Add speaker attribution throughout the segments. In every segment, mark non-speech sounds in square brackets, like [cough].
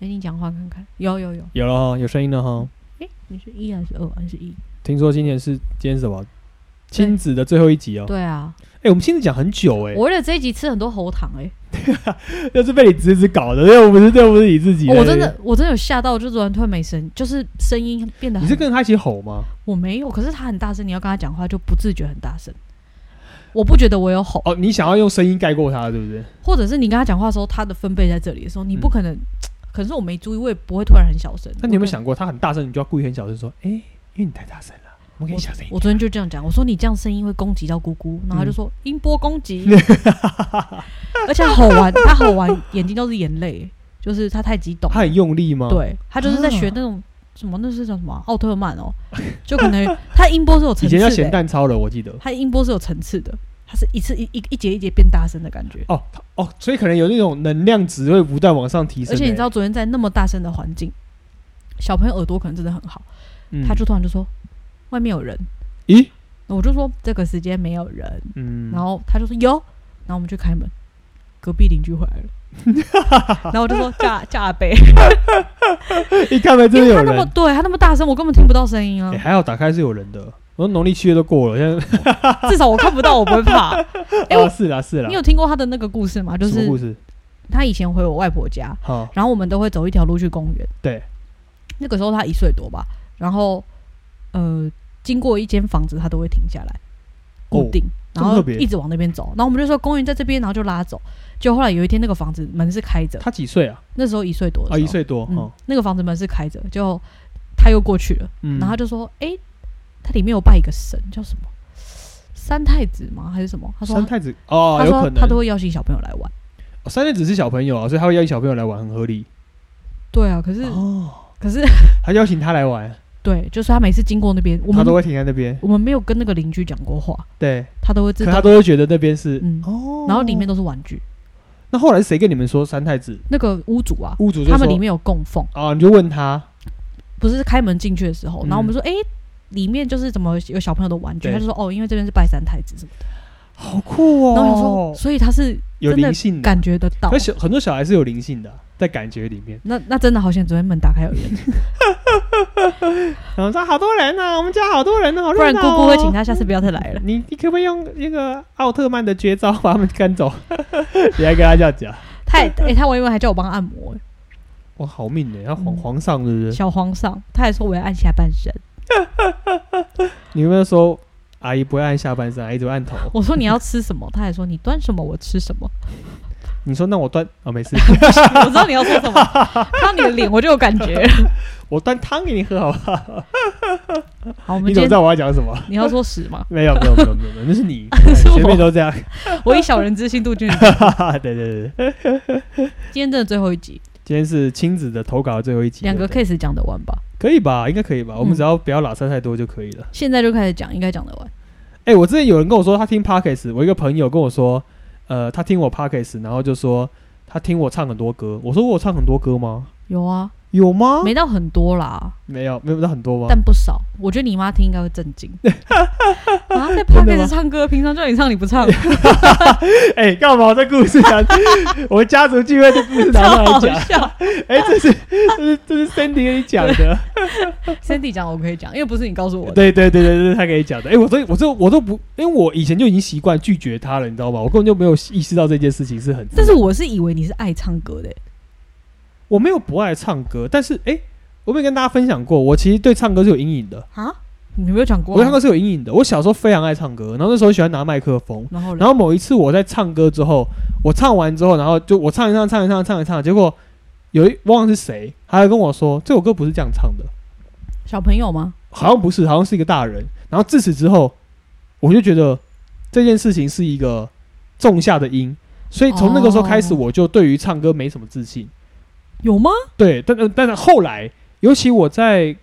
Speaker 1: 哎，你讲话看看，有有有，
Speaker 2: 有了哈，有声音了哈。
Speaker 1: 哎，你是一还是二还是一？
Speaker 2: 听说今年是今天是什么亲子的最后一集哦。
Speaker 1: 对啊，
Speaker 2: 哎、我们亲子讲很久哎、
Speaker 1: 我为了这一集吃很多喉糖哎、
Speaker 2: 要是被你侄子搞的，又不是又不是你自己、
Speaker 1: 哦我真，的我真的有吓到，就昨天突然没声，就是声音变得
Speaker 2: 你
Speaker 1: 很。
Speaker 2: 是跟着他一起吼吗？
Speaker 1: 我没有，可是他很大声，你要跟他讲话就不自觉很大声。我不觉得我有吼，
Speaker 2: 哦，你想要用声音盖过他，对不对？
Speaker 1: 或者是你跟他讲话的时候，他的分贝在这里的时候，你不
Speaker 2: 嗯
Speaker 1: 可能，可能是我没注意，我也不会突然很小声。
Speaker 2: 那你有
Speaker 1: 我可
Speaker 2: 没有
Speaker 1: 能？
Speaker 2: 想过，他很大声，你就要故意很小声说，哎、因为你太大声了，我们可以小声一点。
Speaker 1: 我昨天就这样讲，我说你这样声音会攻击到姑姑，然后他就
Speaker 2: 嗯
Speaker 1: 说、音波攻击，
Speaker 2: [laughs]
Speaker 1: 而且他吼完他吼完眼睛都是眼泪，就是他太激动了。
Speaker 2: 他很用力吗？，
Speaker 1: 对他就是在学
Speaker 2: 啊
Speaker 1: 那种、什么，那是叫什么啊奥特曼哦，就可能他音波是有层
Speaker 2: [laughs]
Speaker 1: 次
Speaker 2: 以前叫
Speaker 1: 的
Speaker 2: 咸
Speaker 1: 欸、
Speaker 2: 蛋超人，我记得。
Speaker 1: 他音波是有层次的，他是一次一一一节一节变大声的感觉。
Speaker 2: 哦，他哦，所以可能有那种能量值会不断往上提升、
Speaker 1: 而且你知
Speaker 2: 欸
Speaker 1: 道，昨天在那么大声的环境，小朋友耳朵可能真的很好，
Speaker 2: 嗯
Speaker 1: 他就突然就说外面有人，
Speaker 2: 咦，
Speaker 1: 我就说这个时间没有人，
Speaker 2: 嗯，
Speaker 1: 然后他就说有，然后我们去开门，隔壁邻居回来了，
Speaker 2: [laughs]
Speaker 1: 然后我就说叫叫阿贝，
Speaker 2: [laughs] 一看没
Speaker 1: 因为
Speaker 2: 真的有
Speaker 1: 他那么
Speaker 2: 人，
Speaker 1: 对他那么大声，我根本听不到声音
Speaker 2: [laughs]
Speaker 1: 啊
Speaker 2: 哎、，还好打开是有人的。我说农历七月都过了，现在
Speaker 1: 至少我看不到，我不会
Speaker 2: [laughs]
Speaker 1: 怕。哎我
Speaker 2: 啊是啦是啦
Speaker 1: 你，有听过他的那个故事吗？就
Speaker 2: 什么
Speaker 1: 是
Speaker 2: 故事？
Speaker 1: 他以前回我外婆家，
Speaker 2: 好，
Speaker 1: 然后我们都会走一条路去公园。
Speaker 2: 对，
Speaker 1: 那个时候他一岁多吧，然后呃，经过一间房子，他都会停下来
Speaker 2: 哦
Speaker 1: 固定，
Speaker 2: 这
Speaker 1: 然
Speaker 2: 么
Speaker 1: 后
Speaker 2: 特别
Speaker 1: 一直往那边走。然后我们就说公园在这边，然后就拉走。就后来有一天，那个房子门是开着，
Speaker 2: 他几岁啊？
Speaker 1: 那时候一岁多的时候，
Speaker 2: 啊，一，岁多，
Speaker 1: 嗯
Speaker 2: 哦，，
Speaker 1: 那个房子门是开着，就他又过去了，
Speaker 2: 嗯，
Speaker 1: 然后他就说，诶，它里面有拜一个神，叫什么？三太子吗？还是什么？他说
Speaker 2: 三太子哦，
Speaker 1: 他
Speaker 2: 有可
Speaker 1: 说
Speaker 2: 能
Speaker 1: 他都会邀请小朋友来玩。
Speaker 2: 哦三太子是小朋友啊，所以他会邀请小朋友来玩，很合理
Speaker 1: 对啊，可是、
Speaker 2: 哦。
Speaker 1: 可是
Speaker 2: 他邀请他来玩，
Speaker 1: 对，就是他每次经过那边，我
Speaker 2: 他
Speaker 1: 们
Speaker 2: 都会停在那边，
Speaker 1: 我们没有跟那个邻居讲过话，
Speaker 2: 对，
Speaker 1: 他都会自
Speaker 2: 可
Speaker 1: 动
Speaker 2: 他都会觉得那边是
Speaker 1: 嗯，
Speaker 2: 哦。
Speaker 1: 然后里面都是玩具。
Speaker 2: 那后来谁跟你们说三太子
Speaker 1: 那个屋主啊，
Speaker 2: 屋主就
Speaker 1: 他们
Speaker 2: 说
Speaker 1: 里面有供奉，
Speaker 2: 啊？你就问他，
Speaker 1: 不是开门进去的时候，
Speaker 2: 嗯
Speaker 1: 然后我们说，诶，里面就是怎么有小朋友的玩具，
Speaker 2: 对
Speaker 1: 他就说哦，因为这边是拜三太子什么的，
Speaker 2: 好酷哦。
Speaker 1: 然后我想说，所以他是
Speaker 2: 有
Speaker 1: 真的
Speaker 2: 灵性的，
Speaker 1: 感觉得到
Speaker 2: 嗯可，小很多小孩是有灵性的，在感觉里面。
Speaker 1: 那那真的好像昨天门打开有人，
Speaker 2: 然后说好多人呢，我们家好多人呢，好
Speaker 1: 不
Speaker 2: 热
Speaker 1: 然
Speaker 2: 闹
Speaker 1: 姑
Speaker 2: 哦嗯
Speaker 1: 姑会请他下次不要再来了。
Speaker 2: [laughs] 你你可不可以用那个奥特曼的绝招把他们赶走？ [laughs] 你还跟他这样讲，
Speaker 1: 他也诶，他我以为还叫我帮他按摩、诶
Speaker 2: 哇，好命欸的，他
Speaker 1: 嗯
Speaker 2: 皇皇上是不是？
Speaker 1: 小皇上，他还说我要按下半身，
Speaker 2: 你有没有说阿姨不会按下半身，阿姨只会按头？
Speaker 1: 我说你要吃什么，他还说你端什么我吃什
Speaker 2: [laughs]
Speaker 1: 么，
Speaker 2: 你说那我端哦， [laughs] 没事，
Speaker 1: 我知道你要说什么，看到你的脸我就有感
Speaker 2: [laughs]
Speaker 1: 觉了。
Speaker 2: 我端汤给你喝好不好？
Speaker 1: 好，我们今
Speaker 2: 你怎么知
Speaker 1: 天
Speaker 2: 道我要讲什么？
Speaker 1: 你要说屎吗？
Speaker 2: [laughs] 没有没有没有没有，没有那是 [laughs] 你
Speaker 1: 是我
Speaker 2: 学妹都这样。 [laughs]
Speaker 1: 我以小人之心度君子。
Speaker 2: 对对对，对
Speaker 1: 今天真的最后一集，
Speaker 2: 今天是亲子的投稿的最后一集，
Speaker 1: 两个
Speaker 2: 对不对
Speaker 1: case 讲得完吧？
Speaker 2: 可以吧？应该可以吧？我们
Speaker 1: 嗯
Speaker 2: 只要不要拉塞太多就可以了。
Speaker 1: 现在就开始讲，应该讲得完。
Speaker 2: 哎、我之前有人跟我说他听 Parkes，我一个朋友跟我说，呃，他听我 Parkes，然后就说他听我唱很多歌。我说我有唱很多歌吗？
Speaker 1: 有啊，
Speaker 2: 有吗？
Speaker 1: 没到很多啦，
Speaker 2: 没有，没有到很多吗？
Speaker 1: 但不少。我觉得你妈听应该会震
Speaker 2: [laughs]
Speaker 1: 惊。啊，在 p o d c
Speaker 2: 真的吗
Speaker 1: a 唱歌，平常叫你唱你不唱，
Speaker 2: [laughs] 哎、干嘛这故事啊？ [laughs] 我们家族聚会的故事拿
Speaker 1: 超
Speaker 2: 上来
Speaker 1: 好
Speaker 2: 讲。
Speaker 1: 笑。
Speaker 2: [laughs] 哎、这是这是这是 Sandy 跟你讲的，
Speaker 1: Cindy 讲我可以讲，因为不是你告诉我的。
Speaker 2: 对对对对，这是他给你讲的。哎、我这我这我都不，因为我以前就已经习惯拒绝他了，你知道吗？我根本就没有意识到这件事情是很。
Speaker 1: 但是我是以为你是爱唱歌的欸、
Speaker 2: 我没有不爱唱歌，但是哎、我没有跟大家分享过，我其实对唱歌是有阴影的。
Speaker 1: 啊？你有没有讲过
Speaker 2: 我对唱
Speaker 1: 啊？
Speaker 2: 歌是有阴影的。我小时候非常爱唱歌，然后那时候喜欢拿麦克风。
Speaker 1: 然后嘞
Speaker 2: 然后某一次我在唱歌之后，我唱完之后，然后就我唱一唱唱一唱唱一唱，结果有一忘了是谁，他就跟我说这首歌不是这样唱的。
Speaker 1: 小朋友吗？
Speaker 2: 好像不是，好像是一个大人。然后自此之后，我就觉得这件事情是一个种下的因，所以从那个时候开始，
Speaker 1: 哦
Speaker 2: 我就对于唱歌没什么自信。
Speaker 1: 有吗？
Speaker 2: 对，但但但是后来，尤其我在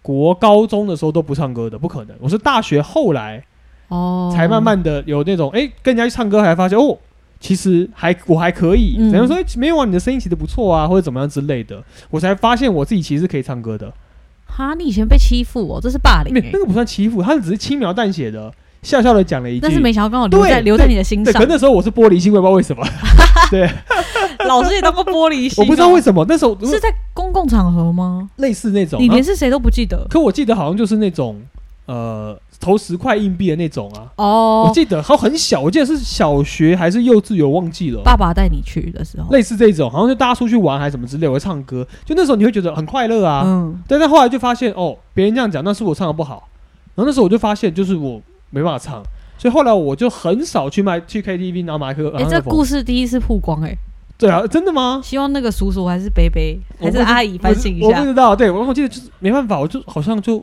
Speaker 2: 国高中的时候都不唱歌的，不可能。我是大学后来
Speaker 1: 哦，
Speaker 2: 才慢慢的有那种，哎、跟人家去唱歌，还发现哦。其实还我还可以，
Speaker 1: 嗯
Speaker 2: 人家说、哎没有啊，你的声音其实不错啊，或者怎么样之类的，我才发现我自己其实是可以唱歌的。
Speaker 1: 哈，你以前被欺负哦，这是霸凌、
Speaker 2: 没有
Speaker 1: 欸
Speaker 2: 那。个不算欺负，他只是轻描淡写的笑笑的讲了一句，
Speaker 1: 但是没想到刚好留在
Speaker 2: 对
Speaker 1: 留在你的心
Speaker 2: 对，
Speaker 1: 上
Speaker 2: 可。那时候我是玻璃心，我也不知道
Speaker 1: [laughs]
Speaker 2: 为什么，
Speaker 1: 老师也当过玻璃心，啊
Speaker 2: 我不知道为什么啊那时候
Speaker 1: 是在公共场合吗？
Speaker 2: 类似那种，
Speaker 1: 你
Speaker 2: 然
Speaker 1: 连
Speaker 2: 后
Speaker 1: 是谁都不记得
Speaker 2: 可我记得好像就是那种呃投十块硬币的那种啊，我
Speaker 1: 哦。
Speaker 2: 记得好像很小，我记得是小学还是幼稚园，我忘记了。
Speaker 1: 爸爸带你去的时候，
Speaker 2: 类似这种，好像就大家出去玩还是什么之类，我会唱歌，就那时候你会觉得很快乐啊。
Speaker 1: 嗯，
Speaker 2: 但是后来就发现，哦，别人这样讲，那是我唱的不好。然后那时候我就发现，就是我没办法唱，所以后来我就很少去麦去 KTV 拿麦克。
Speaker 1: 哎，
Speaker 2: 拿
Speaker 1: 这
Speaker 2: 麦克风
Speaker 1: 故事第一次曝光，哎，
Speaker 2: 对啊，真的吗？
Speaker 1: 希望那个叔叔还是伯伯还是
Speaker 2: 我不知
Speaker 1: 阿姨反省一
Speaker 2: 我不
Speaker 1: 下，
Speaker 2: 知道，对我我记得就是没办法，我就好像就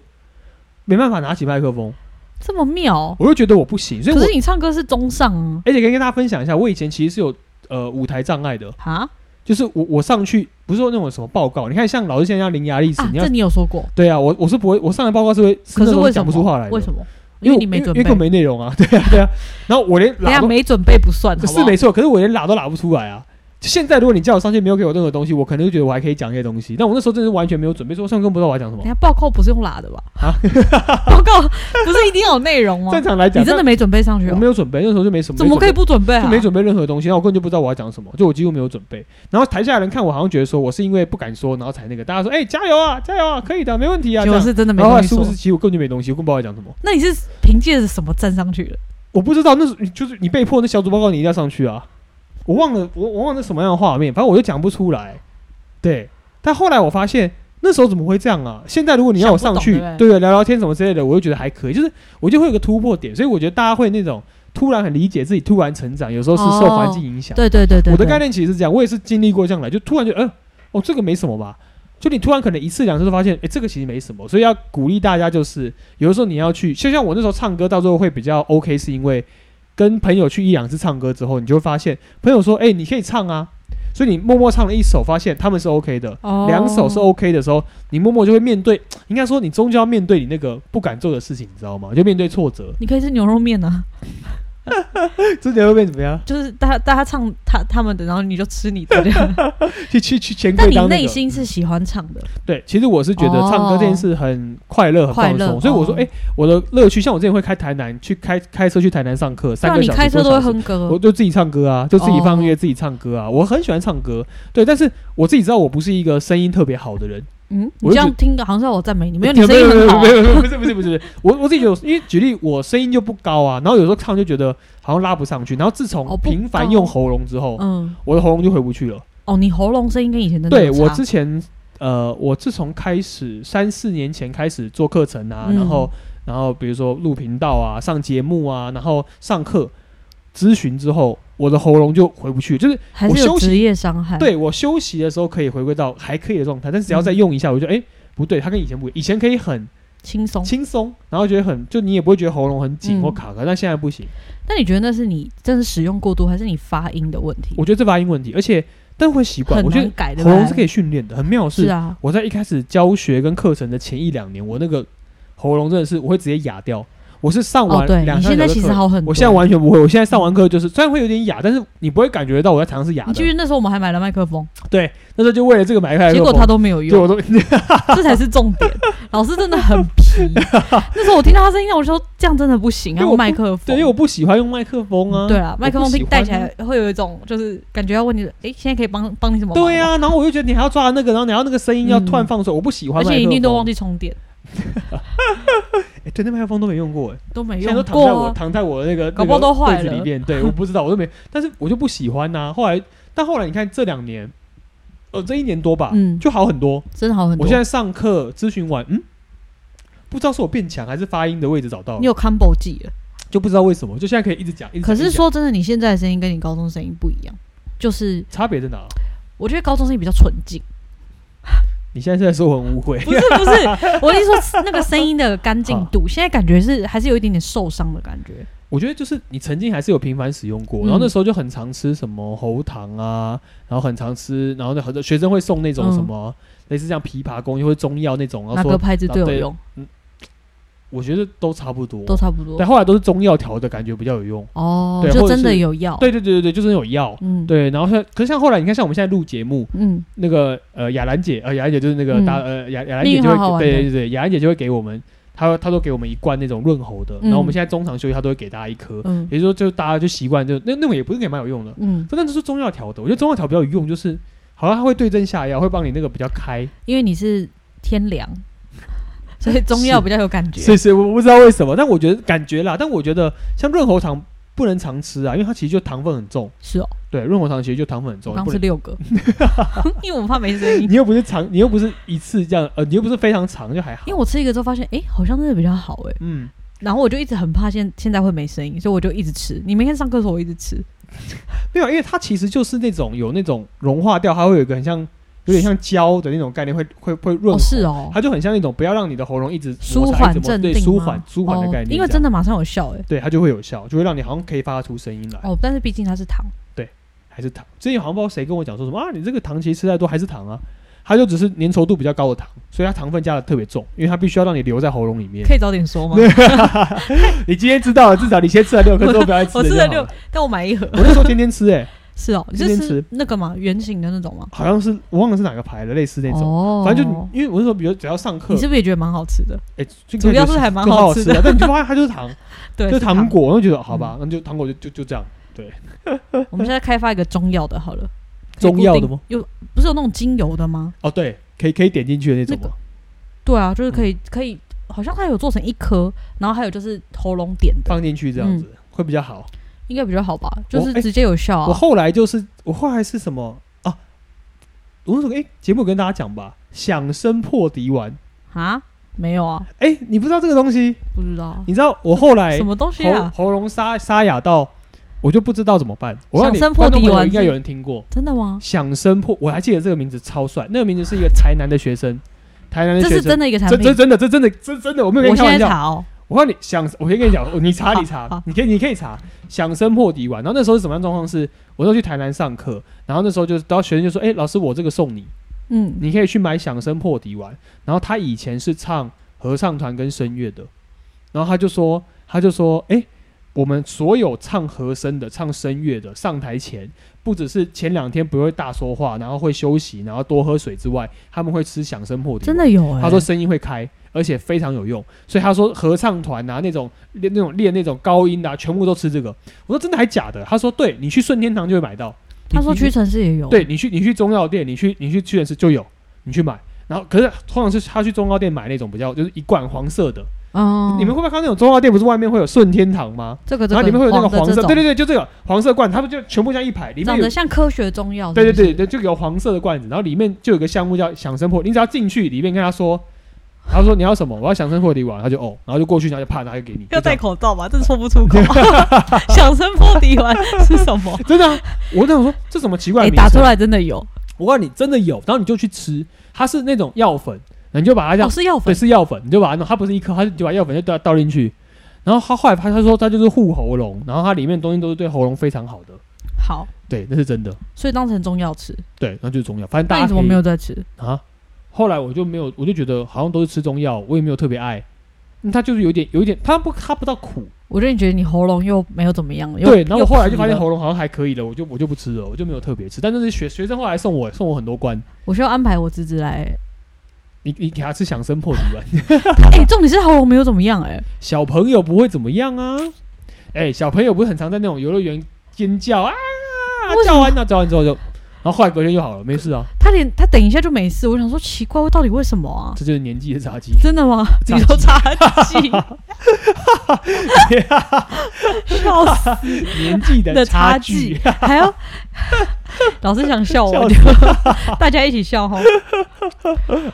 Speaker 2: 没办法拿起麦克风，
Speaker 1: 这么妙。哦
Speaker 2: 我就觉得我不行，所以
Speaker 1: 可
Speaker 2: 我
Speaker 1: 是你唱歌是中上啊
Speaker 2: 而且可以跟大家分享一下，我以前其实是有呃舞台障碍的，
Speaker 1: 啊
Speaker 2: 就是我我上去不是说那种什么报告，你看像老师现在要伶牙俐齿，
Speaker 1: 啊！
Speaker 2: 你要
Speaker 1: 这你有说过，
Speaker 2: 对啊，我我是不会，我上来报告是会，
Speaker 1: 可
Speaker 2: 那
Speaker 1: 是
Speaker 2: 时候
Speaker 1: 为什
Speaker 2: 讲
Speaker 1: 么？
Speaker 2: 不出话来的，
Speaker 1: 为什？么？
Speaker 2: 因
Speaker 1: 为
Speaker 2: 为
Speaker 1: 你没
Speaker 2: 我
Speaker 1: 准
Speaker 2: 因为根本
Speaker 1: 备，
Speaker 2: 没内容啊，对 [laughs] 啊对啊，然后我连
Speaker 1: 等
Speaker 2: 拉
Speaker 1: 下
Speaker 2: 都
Speaker 1: 没准备不算，好不
Speaker 2: 是
Speaker 1: 好
Speaker 2: 没？错，可是我连拉都拉不出来啊。就现在如果你叫我上去没有给我任何东西，我可能就觉得我还可以讲一些东西，但我那时候真的是完全没有准备，说我上课不知道我要讲什么
Speaker 1: 等。下报告不是用拉的吧？
Speaker 2: [laughs] 啊
Speaker 1: [laughs] 报告不是一定要有内容吗？
Speaker 2: [laughs] 正常来讲，
Speaker 1: 你真的没准备上去
Speaker 2: 我
Speaker 1: 哦
Speaker 2: 没？有准备，那时候就没什么，
Speaker 1: 怎么可以
Speaker 2: 没准
Speaker 1: 不准备
Speaker 2: 备
Speaker 1: 啊？
Speaker 2: 就没准备任何东西，然后我根本就不知道我要讲什么，就我几乎没有准备。然后台下的人看我，好像觉得说我是因为不敢说，然后才那个，大家说哎、加油啊，加油啊，可以的，没问题
Speaker 1: 结
Speaker 2: 啊。这
Speaker 1: 果
Speaker 2: 样。
Speaker 1: 是真的没
Speaker 2: 然后
Speaker 1: 东
Speaker 2: 后
Speaker 1: 西
Speaker 2: 来是
Speaker 1: 说
Speaker 2: 不是。其实我根本就没东西，我根本不知道要讲什么。
Speaker 1: 那你是凭借着什么站上去的？
Speaker 2: 我不知道，那是你就是你被迫那小组报告你一定要上去啊。我忘了我我忘了什么样的画面，反正我就讲不出来。对，但后来我发现那时候怎么会这样啊？现在如果你要我上去，
Speaker 1: 想不懂对不
Speaker 2: 对聊聊天什么之类的，我就觉得还可以，就是我就会有个突破点，所以我觉得大家会那种突然很理解自己，突然成长，有时候是受
Speaker 1: 哦
Speaker 2: 环境影响。
Speaker 1: 对对对对
Speaker 2: 我的概
Speaker 1: 念
Speaker 2: 念其实是这样，我也是经历过这样来，就突然就嗯、呃哦，这个没什么吧。就你突然可能一次两次都发现，哎、这个其实没什么，所以要鼓励大家，就是有的时候你要去，就像我那时候唱歌，到最后会比较 OK，是因为跟朋友去一两次唱歌之后，你就会发现朋友说，哎、你可以唱啊，所以你默默唱了一首，发现他们是 OK 的，
Speaker 1: 哦
Speaker 2: 两首是 OK 的时候，你默默就会面对，应该说你终究要面对你那个不敢做的事情，你知道吗？就面对挫折，
Speaker 1: 你可以吃牛肉面啊，
Speaker 2: 这你会变怎么样？
Speaker 1: 就是大家大家唱他他们的，然后你就吃你的这
Speaker 2: [laughs]
Speaker 1: 样。
Speaker 2: [laughs] 去去去钱
Speaker 1: 但
Speaker 2: 柜
Speaker 1: 你
Speaker 2: 当那
Speaker 1: 内
Speaker 2: 个。
Speaker 1: 心是喜欢唱的，
Speaker 2: 对，其实我是觉得
Speaker 1: 哦
Speaker 2: 唱歌这件事很快乐、很放
Speaker 1: 快乐
Speaker 2: 松，所以我说，
Speaker 1: 哦
Speaker 2: 哎、我的乐趣，像我之前会开台南，去开开车去台南上课，
Speaker 1: 不
Speaker 2: 三
Speaker 1: 然
Speaker 2: 个
Speaker 1: 啊你
Speaker 2: 小时，
Speaker 1: 开车都会
Speaker 2: 四个小时
Speaker 1: 哼歌
Speaker 2: 我。就自己唱歌啊，就自己放音乐、
Speaker 1: 哦
Speaker 2: 自己唱歌啊，我很喜欢唱歌，对，但是我自己知道我不是一个声音特别好的人，
Speaker 1: 嗯，你
Speaker 2: 我就
Speaker 1: 这样
Speaker 2: 觉
Speaker 1: 听好像是我赞美你，没
Speaker 2: 没
Speaker 1: 有你声音很好啊
Speaker 2: 没。有没有没有不是不是不是不是，我我自己有，因为举例我声音就不高啊，然后有时候唱就觉得好像拉不上去，然后自从
Speaker 1: 哦不
Speaker 2: 频繁
Speaker 1: 高
Speaker 2: 用喉咙之后，
Speaker 1: 嗯，
Speaker 2: 我的喉咙就回不去了。
Speaker 1: 哦，你喉咙声音跟以前真的
Speaker 2: 对
Speaker 1: 有
Speaker 2: 我
Speaker 1: 差
Speaker 2: 之前，呃，我自从开始三四年前开始做课程啊，
Speaker 1: 嗯
Speaker 2: 然后然后比如说录频道啊、上节目啊，然后上课咨询之后，我的喉咙就回不去，就是
Speaker 1: 还
Speaker 2: 我
Speaker 1: 是有
Speaker 2: 休息
Speaker 1: 职业伤害。，
Speaker 2: 对我休息的时候可以回归到还可以的状态，但是只要
Speaker 1: 嗯
Speaker 2: 再用一下，我就哎、诶不对，它跟以前不一样，以前可以很
Speaker 1: 轻松。
Speaker 2: 轻松，然后觉得很就你也不会觉得喉咙很紧
Speaker 1: 哦嗯
Speaker 2: 或卡壳，但现在不行，
Speaker 1: 那你觉得那是你真的使用过度，还是你发音的问题？
Speaker 2: 我觉得这发音问题，而且但会习惯，
Speaker 1: 很
Speaker 2: 我觉
Speaker 1: 难
Speaker 2: 得
Speaker 1: 改，对不
Speaker 2: 喉
Speaker 1: 对？
Speaker 2: 咙是可以训练的，很妙的
Speaker 1: 是啊，
Speaker 2: 我在一开始教学跟课程的前一两年，我那个喉咙真的是我会直接哑掉。我是上
Speaker 1: 哦
Speaker 2: 完，
Speaker 1: 对，
Speaker 2: 两
Speaker 1: 你
Speaker 2: 三
Speaker 1: 现
Speaker 2: 节
Speaker 1: 在
Speaker 2: 课
Speaker 1: 其实，好很多。
Speaker 2: 我现在完全不会。我现在上完课就是虽然会有点哑，但是你不会感觉到我在台上是哑
Speaker 1: 你
Speaker 2: 的
Speaker 1: 记。得那时候我们还买了麦克风，
Speaker 2: 对，那时候就为了这个买一台，
Speaker 1: 结果他都没有
Speaker 2: 就
Speaker 1: 用
Speaker 2: 我，都 [laughs]
Speaker 1: 这才是重点。老师真的很皮。那时候我听到他声音，我说这样真的不行
Speaker 2: 因
Speaker 1: 啊，
Speaker 2: 为
Speaker 1: 要
Speaker 2: 我不
Speaker 1: 用麦克风。
Speaker 2: 对，因为我不喜欢用麦克风啊。
Speaker 1: 对啊，麦克风
Speaker 2: 我不喜
Speaker 1: 听
Speaker 2: 欢
Speaker 1: 戴
Speaker 2: 啊
Speaker 1: 起来会有一种就是感觉要问你，诶，现在可以帮帮你什么？
Speaker 2: 对，啊，然后我就觉得你还要抓那个，然后你还要那个声音要
Speaker 1: 嗯
Speaker 2: 突然放出来，我不喜欢
Speaker 1: 而
Speaker 2: 麦克风。
Speaker 1: 且一定都忘记充电，
Speaker 2: 诶，对，那麦克风都没用过，哎，
Speaker 1: 都没
Speaker 2: 现在都
Speaker 1: 用
Speaker 2: 躺在我
Speaker 1: 过啊。
Speaker 2: 躺在我的那个
Speaker 1: 搞不好
Speaker 2: 那个
Speaker 1: 都坏
Speaker 2: 柜子里
Speaker 1: 了
Speaker 2: 面，
Speaker 1: [laughs]
Speaker 2: 对，我不知道，我都没，但是我就不喜欢呐、后来，但后来你看这两年，呃，这一年多吧，
Speaker 1: 嗯
Speaker 2: 就好很多。
Speaker 1: 真的好很多。
Speaker 2: 我现在上课咨询完，嗯，不知道是我变强还是发音的位置找到
Speaker 1: 你
Speaker 2: 了，
Speaker 1: 有 combo 技了，
Speaker 2: 就不知道为什么，就现在可以一直讲，一直讲
Speaker 1: 可
Speaker 2: 一
Speaker 1: 是
Speaker 2: 直讲
Speaker 1: 说真的，你现在的声音跟你高中声音不一样，就是
Speaker 2: 差别在哪？
Speaker 1: 我觉得高中声音比较纯净。
Speaker 2: 你现在是在说我很误会，
Speaker 1: 不是不是，我是说那个声音的干净度，现在感觉是还是有一点点受伤的感觉。
Speaker 2: 我觉得就是你曾经还是有频繁使用过，
Speaker 1: 嗯
Speaker 2: 然后那时候就很常吃什么喉糖啊，然后很常吃，然后那很多学生会送那种
Speaker 1: 嗯
Speaker 2: 什么、类似像枇杷膏或者中药那种，然后
Speaker 1: 哪
Speaker 2: 说啊
Speaker 1: 个牌子最有用？
Speaker 2: 我觉得都差不多，
Speaker 1: 都差不多
Speaker 2: 但。后来都是中药调的感觉比较有用。
Speaker 1: 哦
Speaker 2: 啊对，啊或
Speaker 1: 就
Speaker 2: 者
Speaker 1: 真的
Speaker 2: 是
Speaker 1: 有药。
Speaker 2: 对对对对对，就是有药。
Speaker 1: 嗯，，
Speaker 2: 对，然后像可是像后来你看，像我们现在录节目，
Speaker 1: 嗯，
Speaker 2: 那个呃雅兰姐，呃雅兰姐就是那个
Speaker 1: 嗯
Speaker 2: 大、呃雅雅兰
Speaker 1: 命
Speaker 2: 姐
Speaker 1: 运
Speaker 2: 就
Speaker 1: 好好
Speaker 2: 会
Speaker 1: 玩
Speaker 2: 给
Speaker 1: 的
Speaker 2: 对对对，雅兰姐就会给我们他他都给我们一罐那种润喉的，
Speaker 1: 嗯
Speaker 2: 然后我们现在中场休息，他都会给大家一颗，
Speaker 1: 嗯
Speaker 2: 也就是说就大家就习惯就那那种也不是也蛮有用的，
Speaker 1: 嗯，
Speaker 2: 真的就是中药调的，我觉得中药调比较有用，就是好像它会对症下药，会帮你那个比较开，
Speaker 1: 因为你是天凉，所以中药比较有感觉。
Speaker 2: 是是，我不知道为什么，但我觉得感觉啦，但我觉得像润喉糖不能常吃啊，因为它其实就糖分很重，
Speaker 1: 是哦，
Speaker 2: 对，润喉糖其实就糖分很重，
Speaker 1: 我
Speaker 2: 你
Speaker 1: 刚
Speaker 2: 不
Speaker 1: 吃
Speaker 2: 能。
Speaker 1: 六个， [laughs] 因为我怕没声音。
Speaker 2: 你又不是长，你又不是一次这样，呃，你又不是非常长，就还好
Speaker 1: 因为。我吃一个之后发现，哎、好像真的比较好哎、
Speaker 2: 嗯，
Speaker 1: 然后我就一直很怕现现在会没声音，所以我就一直吃。你每天上课的时候我一直吃，
Speaker 2: 没有，因为它其实就是那种有那种融化掉，它会有一个很像有点像胶的那种概念，会会会润喉、
Speaker 1: 哦是哦，
Speaker 2: 它就很像那种不要让你的喉咙一直
Speaker 1: 舒
Speaker 2: 摩擦一
Speaker 1: 缓
Speaker 2: 直摩
Speaker 1: 镇定
Speaker 2: 对
Speaker 1: 吗
Speaker 2: 舒缓舒缓的概念这样、
Speaker 1: 哦，因为真的马上有效哎、
Speaker 2: 对它就会有效，就会让你好像可以发出声音来，
Speaker 1: 哦，但是毕竟它是糖， [laughs]
Speaker 2: 还是糖。之前好像不知道谁跟我讲说什么啊，你这个糖其实吃太多还是糖啊，它就只是粘稠度比较高的糖，所以它糖分加的特别重，因为它必须要让你留在喉咙里
Speaker 1: [laughs]
Speaker 2: 面。
Speaker 1: 可以早点说吗？
Speaker 2: 你今天知道了，至少你先吃了六
Speaker 1: [laughs]
Speaker 2: 颗，之后不要再吃
Speaker 1: 我吃
Speaker 2: 就
Speaker 1: 了
Speaker 2: 好
Speaker 1: 六，但我买一
Speaker 2: [laughs]
Speaker 1: 盒。
Speaker 2: 我那时候天天吃、欸，哎，
Speaker 1: 是哦，你
Speaker 2: 今
Speaker 1: 是
Speaker 2: 天
Speaker 1: 吃
Speaker 2: 吃
Speaker 1: 那个吗？圆形的那种吗？
Speaker 2: 好像是我忘了是哪个牌了，类似那种。
Speaker 1: 哦，
Speaker 2: 反正就你因为我那时候，比如只要上课
Speaker 1: 你，是不是也觉得蛮好吃的？
Speaker 2: 哎、就
Speaker 1: 主要是还蛮
Speaker 2: 更
Speaker 1: 好
Speaker 2: 好
Speaker 1: 吃
Speaker 2: 吃
Speaker 1: 的
Speaker 2: 的，但你就发现它就是糖，
Speaker 1: [laughs] 对，嗯
Speaker 2: 就是糖。果，我就觉得好吧，那就糖果就就就这样。
Speaker 1: 我们现在开发一个中药的，好了。可以
Speaker 2: 中药的
Speaker 1: 固定
Speaker 2: 吗？
Speaker 1: 有不是有那种精油的吗？
Speaker 2: 哦，对，可以可以点进去的那种
Speaker 1: 那
Speaker 2: 吗？
Speaker 1: 对啊，就是
Speaker 2: 嗯
Speaker 1: 可以可以，好像它有做成一颗，然后还有就是喉咙点的，
Speaker 2: 放进去这样
Speaker 1: 嗯
Speaker 2: 子、会比较好。
Speaker 1: 应该比较好吧？就是
Speaker 2: 哎
Speaker 1: 直接有效啊。
Speaker 2: 我后来就是我后来是什么啊？我那时候哎，节目有跟大家讲吧，响声破敌丸。
Speaker 1: 啊，没有啊，
Speaker 2: 哎、你不知道这个东西？
Speaker 1: 不知道
Speaker 2: 你知道我后来
Speaker 1: 什么东西
Speaker 2: 喉
Speaker 1: 啊？
Speaker 2: 喉咙沙沙哑到，我就不知道怎么办。我让你
Speaker 1: 响声破敌丸
Speaker 2: 观众朋友应该有人听过。
Speaker 1: 真的吗？
Speaker 2: 响声破，我还记得这个名字超帅，那个名字是一个台南的学生，台南的
Speaker 1: 这
Speaker 2: 学
Speaker 1: 是真
Speaker 2: 生，
Speaker 1: 的一个产
Speaker 2: 这
Speaker 1: 品
Speaker 2: 这，真的这真的这真的，我没有跟
Speaker 1: 我
Speaker 2: 你开
Speaker 1: 现在
Speaker 2: 玩笑。
Speaker 1: 查哦。
Speaker 2: 我告诉你，响，我先跟你讲，你查
Speaker 1: 好
Speaker 2: 你查
Speaker 1: 好，
Speaker 2: 你可以你可以查响声破敌丸。然后那时候是什么样的状况？是我那时候去台南上课，然后那时候就是，然后学生就说：“哎、老师，我这个送你，
Speaker 1: 嗯，
Speaker 2: 你可以去买响声破敌丸。”然后他以前是唱合唱团跟声乐的，然后他就说，他就说：“哎、我们所有唱和声的、唱声乐的，上台前不只是前两天不会大说话，然后会休息，然后多喝水之外，他们会吃响声破敌
Speaker 1: 真
Speaker 2: 丸。”
Speaker 1: 的有哎。
Speaker 2: 他说声音会开，而且非常有用，所以他说合唱团啊那种练那种练那种高音的、啊，全部都吃这个。我说真的还假的？他说对，你去顺天堂就会买到。
Speaker 1: 他说
Speaker 2: 你
Speaker 1: 屈臣氏也有。
Speaker 2: 对你去你去中药店，你去你去屈臣氏就有，你去买。然后可是通常是他去中药店买那种比较就是一罐黄色的，
Speaker 1: 哦，
Speaker 2: 你们会不会看到那种中药店不是外面会有顺天堂吗？
Speaker 1: 这个这
Speaker 2: 然
Speaker 1: 个
Speaker 2: 后里面会有那个
Speaker 1: 黄
Speaker 2: 黄
Speaker 1: 的这种
Speaker 2: 色，对对对，就这个黄色罐，它不就全部这样一排，里面
Speaker 1: 长
Speaker 2: 有
Speaker 1: 得像科学中药。
Speaker 2: 对
Speaker 1: 是
Speaker 2: 对
Speaker 1: 不是
Speaker 2: 对，对，就有黄色的罐子，然后里面就有个项目叫响声破，你只要进去里面跟他说，他说你要什么，我要响声破你碗，他就哦，然后就过去，然后就啪，然后就给你。
Speaker 1: 要
Speaker 2: 就这
Speaker 1: 戴
Speaker 2: 样
Speaker 1: 口罩吧，这说不 [laughs]
Speaker 2: [laughs]
Speaker 1: 出口。响声破底丸是什么？
Speaker 2: 真的、啊，我在想说这什么奇怪
Speaker 1: 哎、
Speaker 2: 的名
Speaker 1: 打出
Speaker 2: 称？
Speaker 1: 来真的有，
Speaker 2: 我告诉你，真的有，然后你就去吃，它是那种药粉，你就把它这
Speaker 1: 哦
Speaker 2: 样，
Speaker 1: 是药粉
Speaker 2: 对，，是药粉，你就把它弄，它不是一颗，它就把药粉就倒倒进去。然后他后来他他说他就是护喉咙，然后它里面的东西都是对喉咙非常好的，
Speaker 1: 好，
Speaker 2: 对，那是真的，
Speaker 1: 所以当成中药吃。
Speaker 2: 对，那就是中药。反正大
Speaker 1: 那你
Speaker 2: 家
Speaker 1: 怎么
Speaker 2: 可以
Speaker 1: 没有在吃？
Speaker 2: 啊，后来我就没有，我就觉得好像都是吃中药，我也没有特别爱。嗯它就是有一点，有一点，它不，它不到苦，
Speaker 1: 我就觉得你喉咙又没有怎么样了。又
Speaker 2: 对。然后我后来就发现，
Speaker 1: 又苦了
Speaker 2: 喉咙好像还可以了，我就我就不吃了，我就没有特别吃。但是学学生后来送我送我很多罐，
Speaker 1: 我需要安排我侄子来。
Speaker 2: 你你给他吃响声破竹
Speaker 1: [laughs]
Speaker 2: 丸，
Speaker 1: 哎、重点是喉咙没有怎么样哎、
Speaker 2: 小朋友不会怎么样啊。哎、小朋友不是很常在那种游乐园尖叫啊，叫完了叫完之后就，然后后来隔天就好了，没事啊，
Speaker 1: 他连他等一下就没事。我想说奇怪，到底为什么啊？
Speaker 2: 这就是年纪的差距。
Speaker 1: 真 [laughs] 的吗？
Speaker 2: 炸
Speaker 1: 你说差 [laughs] 距，笑死
Speaker 2: 年纪
Speaker 1: 的
Speaker 2: 的
Speaker 1: 差
Speaker 2: 差
Speaker 1: 距 [laughs]
Speaker 2: 距，， [laughs]
Speaker 1: 还要老师想笑我，
Speaker 2: 笑
Speaker 1: 就 [laughs] 大家一起笑哈。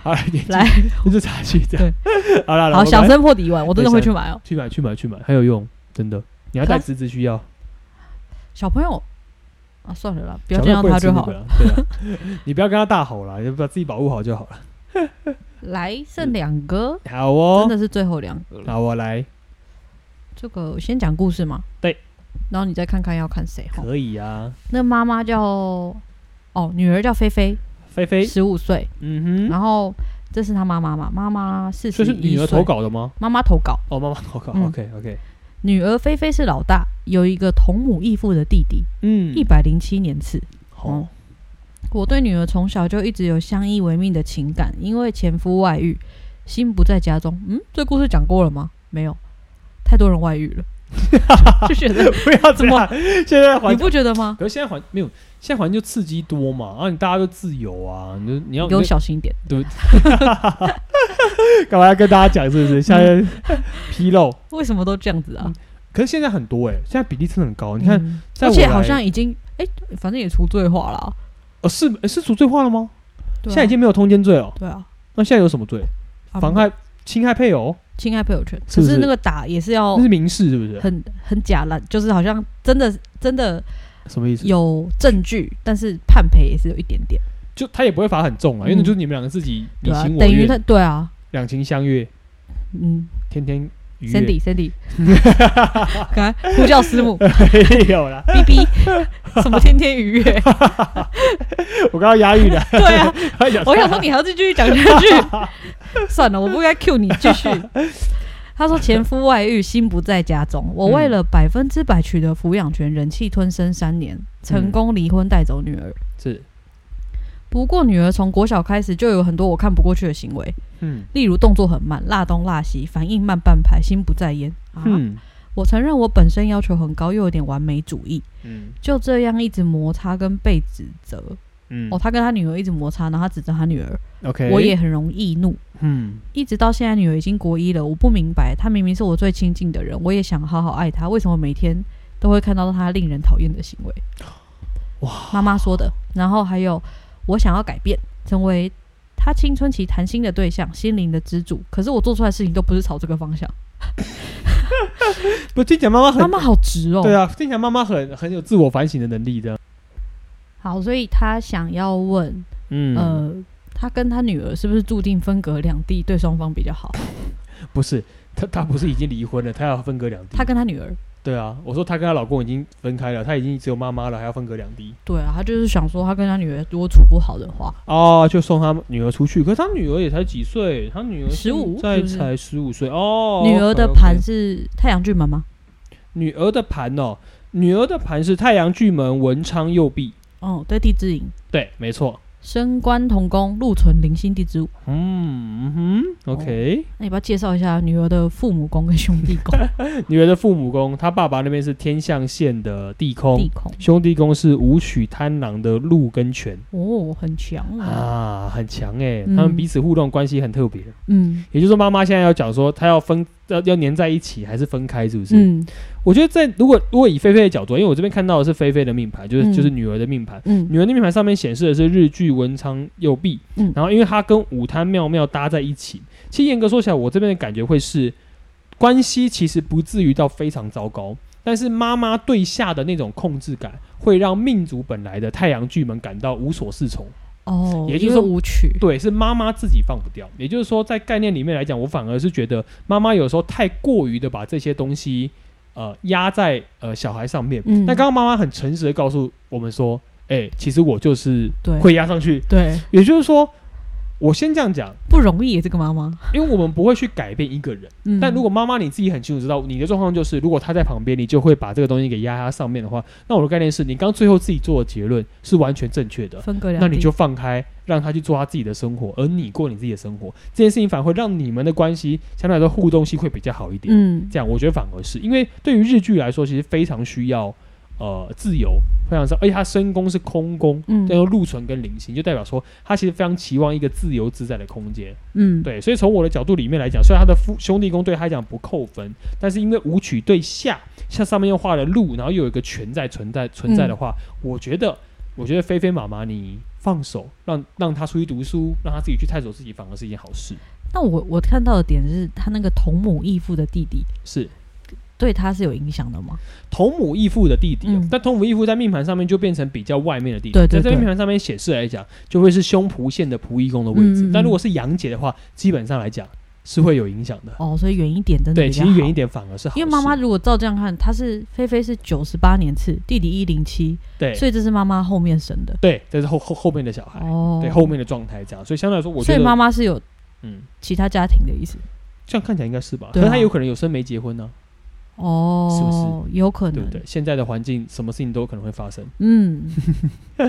Speaker 2: 好了，年纪
Speaker 1: 来，
Speaker 2: 就是差距这样。好了，
Speaker 1: 好，
Speaker 2: 我们
Speaker 1: 响声破底丸，我真的会去买哦。
Speaker 2: 去买去买去买，很有用，真的。你要带
Speaker 1: 可
Speaker 2: 侄子去要，
Speaker 1: 小朋友啊，算了啦，不要
Speaker 2: 小
Speaker 1: 见
Speaker 2: 朋
Speaker 1: 到他
Speaker 2: 友不能吃
Speaker 1: 就
Speaker 2: 那
Speaker 1: 好
Speaker 2: 个
Speaker 1: 了。
Speaker 2: 啦。对啊， [laughs] 你不要跟他大吼啦，你就把自己保护好就好
Speaker 1: [laughs]
Speaker 2: 了。
Speaker 1: 来，剩两个，真
Speaker 2: 好哦，
Speaker 1: 的是最后两个了。
Speaker 2: 好，我来，
Speaker 1: 这个先讲故事嘛。
Speaker 2: 对。
Speaker 1: 然后你再看看要看谁哈。
Speaker 2: 可以啊，
Speaker 1: 那妈妈叫哦，女儿叫菲菲，
Speaker 2: 菲菲，
Speaker 1: 十五岁，
Speaker 2: 嗯哼，
Speaker 1: 然后这是她妈妈嘛，妈妈四
Speaker 2: 这
Speaker 1: 十
Speaker 2: 是
Speaker 1: 一
Speaker 2: 女儿
Speaker 1: 岁
Speaker 2: 投，稿的吗？
Speaker 1: 妈妈投稿。
Speaker 2: 哦，妈妈投稿
Speaker 1: 嗯
Speaker 2: ，OK OK，
Speaker 1: 女儿菲菲是老大，有一个同母异父的弟弟，
Speaker 2: 嗯
Speaker 1: 一，百哦零七年次。
Speaker 2: 好，
Speaker 1: 我对女儿从小就一直有相依为命的情感，因为前夫外遇，心不在家中。嗯，这故事讲过了吗？没有，太多人外遇
Speaker 2: [laughs]
Speaker 1: 了，就觉得
Speaker 2: [laughs] 不要这么。现在环
Speaker 1: 你，不觉得吗？
Speaker 2: 可是现在环没有，现在环境就刺激多嘛，然后你大家都自由啊，你就你要
Speaker 1: 你给我小心一点。
Speaker 2: 对 [laughs] 不，干嘛要跟大家讲是不是？现
Speaker 1: [laughs]
Speaker 2: 在披露，
Speaker 1: 为什么都这样子啊？
Speaker 2: 可是现在很多哎、现在比例真的很高。嗯你看，
Speaker 1: 嗯
Speaker 2: 在
Speaker 1: 而
Speaker 2: 我
Speaker 1: 且
Speaker 2: 来
Speaker 1: 好像已经哎、反正也除罪化了啊、
Speaker 2: 哦是诶是赎罪化了吗？
Speaker 1: 对啊
Speaker 2: 现在已经没有通奸罪哦，
Speaker 1: 对啊，
Speaker 2: 那现在有什么罪？
Speaker 1: 啊
Speaker 2: 妨害、侵害配偶，
Speaker 1: 侵害配偶权，
Speaker 2: 是不
Speaker 1: 可
Speaker 2: 是
Speaker 1: 是那个打也是要
Speaker 2: 那是民事是不是？
Speaker 1: 哦很很假烂，就是好像真的真的
Speaker 2: 什么意思？
Speaker 1: 有证据，但是判赔也是有一点点，
Speaker 2: 就他也不会罚很重啊，因为
Speaker 1: 嗯
Speaker 2: 那就是你们两个自己你
Speaker 1: 对啊
Speaker 2: 情，我
Speaker 1: 等于
Speaker 2: 愿，
Speaker 1: 他对啊，
Speaker 2: 两情相悦，
Speaker 1: 嗯
Speaker 2: 天天愉悦。
Speaker 1: ，Sandy Sandy，赶
Speaker 2: [laughs]
Speaker 1: 快呼叫师母
Speaker 2: 没 [laughs] 有啦，
Speaker 1: ，B B，什么天天愉悦，
Speaker 2: 我刚刚押韵的，
Speaker 1: 对啊，
Speaker 2: 他 [laughs] 讲
Speaker 1: 我想说你还要继续讲下去， [laughs] 算了，我
Speaker 2: [laughs]
Speaker 1: 不该 Q 你，继续。他说前夫外遇，心不在家中，我为
Speaker 2: 嗯
Speaker 1: 了百分之百取得抚养权，忍气吞声三年，成功离婚带走女儿。
Speaker 2: 是，
Speaker 1: 不过，女儿从国小开始就有很多我看不过去的行为，
Speaker 2: 嗯
Speaker 1: 例如动作很慢、落东落西、反应慢半拍、心不在焉。啊，
Speaker 2: 嗯
Speaker 1: 我承认我本身要求很高，又有点完美主义，
Speaker 2: 嗯
Speaker 1: 就这样一直摩擦跟被指责。
Speaker 2: 嗯
Speaker 1: 哦，他跟他女儿一直摩擦，然后他指责他女儿，
Speaker 2: ，OK，
Speaker 1: 我也很容易易怒。
Speaker 2: 嗯
Speaker 1: 一直到现在，女儿已经国一了，我不明白，她明明是我最亲近的人，我也想好好爱她，为什么每天都会看到她令人讨厌的行为？
Speaker 2: 哇，
Speaker 1: 妈妈说的。然后还有，我想要改变，成为他青春期谈心的对象、心灵的支柱。可是我做出来的事情都不是朝这个方
Speaker 2: [laughs]
Speaker 1: 向。
Speaker 2: 不听起来妈妈很
Speaker 1: 妈妈好直哦。
Speaker 2: 对啊，听起来妈妈很很有自我反省的能力的，
Speaker 1: 好，所以他想要问，
Speaker 2: 嗯
Speaker 1: 呃，他跟他女儿是不是注定分隔两地，对双方比较好？
Speaker 2: 不是，她她不是已经离婚了，她要分隔两地
Speaker 1: 他。跟他女儿，
Speaker 2: 对啊，我说她跟她老公已经分开了，她已经只有妈妈了，还要分隔两地。
Speaker 1: 对啊，他就是想说，他跟他女儿如果处不好的话，
Speaker 2: 哦，就送她女儿出去，可是她女儿也才几岁，她女儿
Speaker 1: 15
Speaker 2: 在
Speaker 1: 是不是
Speaker 2: 才十五岁哦。
Speaker 1: 女儿的
Speaker 2: OK，OK
Speaker 1: 盘是太阳巨门吗？
Speaker 2: 女儿的盘哦，女儿的盘是太阳巨门文昌右臂，
Speaker 1: 哦，对，地支寅，
Speaker 2: 对，没错。
Speaker 1: 升官同宫，禄存零星地支午。
Speaker 2: 嗯嗯哼，OK。
Speaker 1: 那你要不要介绍一下女儿的父母宫跟兄弟
Speaker 2: [laughs]
Speaker 1: 宫、
Speaker 2: 女儿的父母宫，她爸爸那边是天象县的地空，
Speaker 1: 地宫？
Speaker 2: 兄弟宫是武曲贪狼的禄跟权。
Speaker 1: 哦，很强啊！
Speaker 2: 啊，很强哎、
Speaker 1: 嗯
Speaker 2: 他们彼此互动关系很特别。
Speaker 1: 嗯
Speaker 2: 也就是说，妈妈现在要讲说，她要分要要粘在一起还是分开，是不是？
Speaker 1: 嗯
Speaker 2: 我觉得在如果如果以菲菲的角度，因为我这边看到的是菲菲的命盘，就是、
Speaker 1: 嗯
Speaker 2: 就是女儿的命盘。
Speaker 1: 嗯
Speaker 2: 女儿的命盘上面显示的是日剧文昌右臂，
Speaker 1: 嗯
Speaker 2: 然后因为它跟五贪妙妙搭在一起，其实严格说起来，我这边的感觉会是关系其实不至于到非常糟糕，但是妈妈对下的那种控制感，会让命主本来的太阳巨门感到无所适从。
Speaker 1: 哦，
Speaker 2: 也就是
Speaker 1: 因为
Speaker 2: 说
Speaker 1: 舞曲，
Speaker 2: 对，是妈妈自己放不掉。也就是说，在概念里面来讲，我反而是觉得妈妈有时候太过于的把这些东西呃压在呃小孩上面。
Speaker 1: 嗯
Speaker 2: 那刚刚妈妈很诚实的告诉我们说，哎、其实我就是
Speaker 1: 对
Speaker 2: 会压上去。
Speaker 1: 对，
Speaker 2: 也就是说，我先这样讲，
Speaker 1: 不容易耶，这个妈妈。
Speaker 2: 因为我们不会去改变一个人。
Speaker 1: 嗯，
Speaker 2: 但如果妈妈你自己很清楚知道你的状况就是，如果她在旁边，你就会把这个东西给压压上面的话，那我的概念是你刚最后自己做的结论是完全正确的。
Speaker 1: 分隔两
Speaker 2: 那
Speaker 1: 地，
Speaker 2: 你就放开，让他去做他自己的生活，而你过你自己的生活，这件事情反而会让你们的关系相对来说互动性会比较好一点。
Speaker 1: 嗯
Speaker 2: 这样我觉得反而是因为对于日剧来说，其实非常需要呃自由，非常是，而且他身宫是空宫，
Speaker 1: 嗯
Speaker 2: 叫做禄存跟灵星，就代表说他其实非常期望一个自由自在的空间。
Speaker 1: 嗯，
Speaker 2: 对，所以从我的角度里面来讲，虽然他的夫兄弟宫对他来讲不扣分，但是因为舞曲对下，下上面又画了路，然后又有一个权在存在存
Speaker 1: 嗯
Speaker 2: 在的话，我觉得，我觉得菲菲妈妈你放手，让让他出去读书，让他自己去探索自己，反而是一件好事。
Speaker 1: 那我我看到的点是他那个同母异父的弟弟
Speaker 2: 是
Speaker 1: 对他是有影响的吗？
Speaker 2: 同母异父的弟弟哦，
Speaker 1: 嗯
Speaker 2: 但同母异父在命盘上面就变成比较外面的弟弟，
Speaker 1: 对对
Speaker 2: 在这
Speaker 1: 对
Speaker 2: 个命盘上面显示来讲，就会是胸脯线的仆役宫的位置。
Speaker 1: 嗯嗯嗯
Speaker 2: 但如果是阳姐的话，基本上来讲是会有影响的。
Speaker 1: 哦，所以远一点真的
Speaker 2: 对，
Speaker 1: 比
Speaker 2: 其
Speaker 1: 较
Speaker 2: 实远一
Speaker 1: 好。
Speaker 2: 点反而是好事，
Speaker 1: 因为妈妈如果照这样看，她是菲菲是九十八年次，弟弟一零七，
Speaker 2: 对
Speaker 1: 所以这是妈妈后面生的。
Speaker 2: 对，这是后后后面的小孩，
Speaker 1: 哦，
Speaker 2: 哎对后面的状态这样，所以相对来说，我
Speaker 1: 所
Speaker 2: 觉
Speaker 1: 以
Speaker 2: 得，
Speaker 1: 妈啊妈是有
Speaker 2: 嗯，
Speaker 1: 其他家庭的意思。
Speaker 2: 这样看起来应该是吧？可
Speaker 1: 对啊
Speaker 2: 是他有可能有生没结婚呢、
Speaker 1: 哦，有可能，
Speaker 2: 对不对？现在的环境，什么事情都有可能会发生。
Speaker 1: [laughs] 嗯，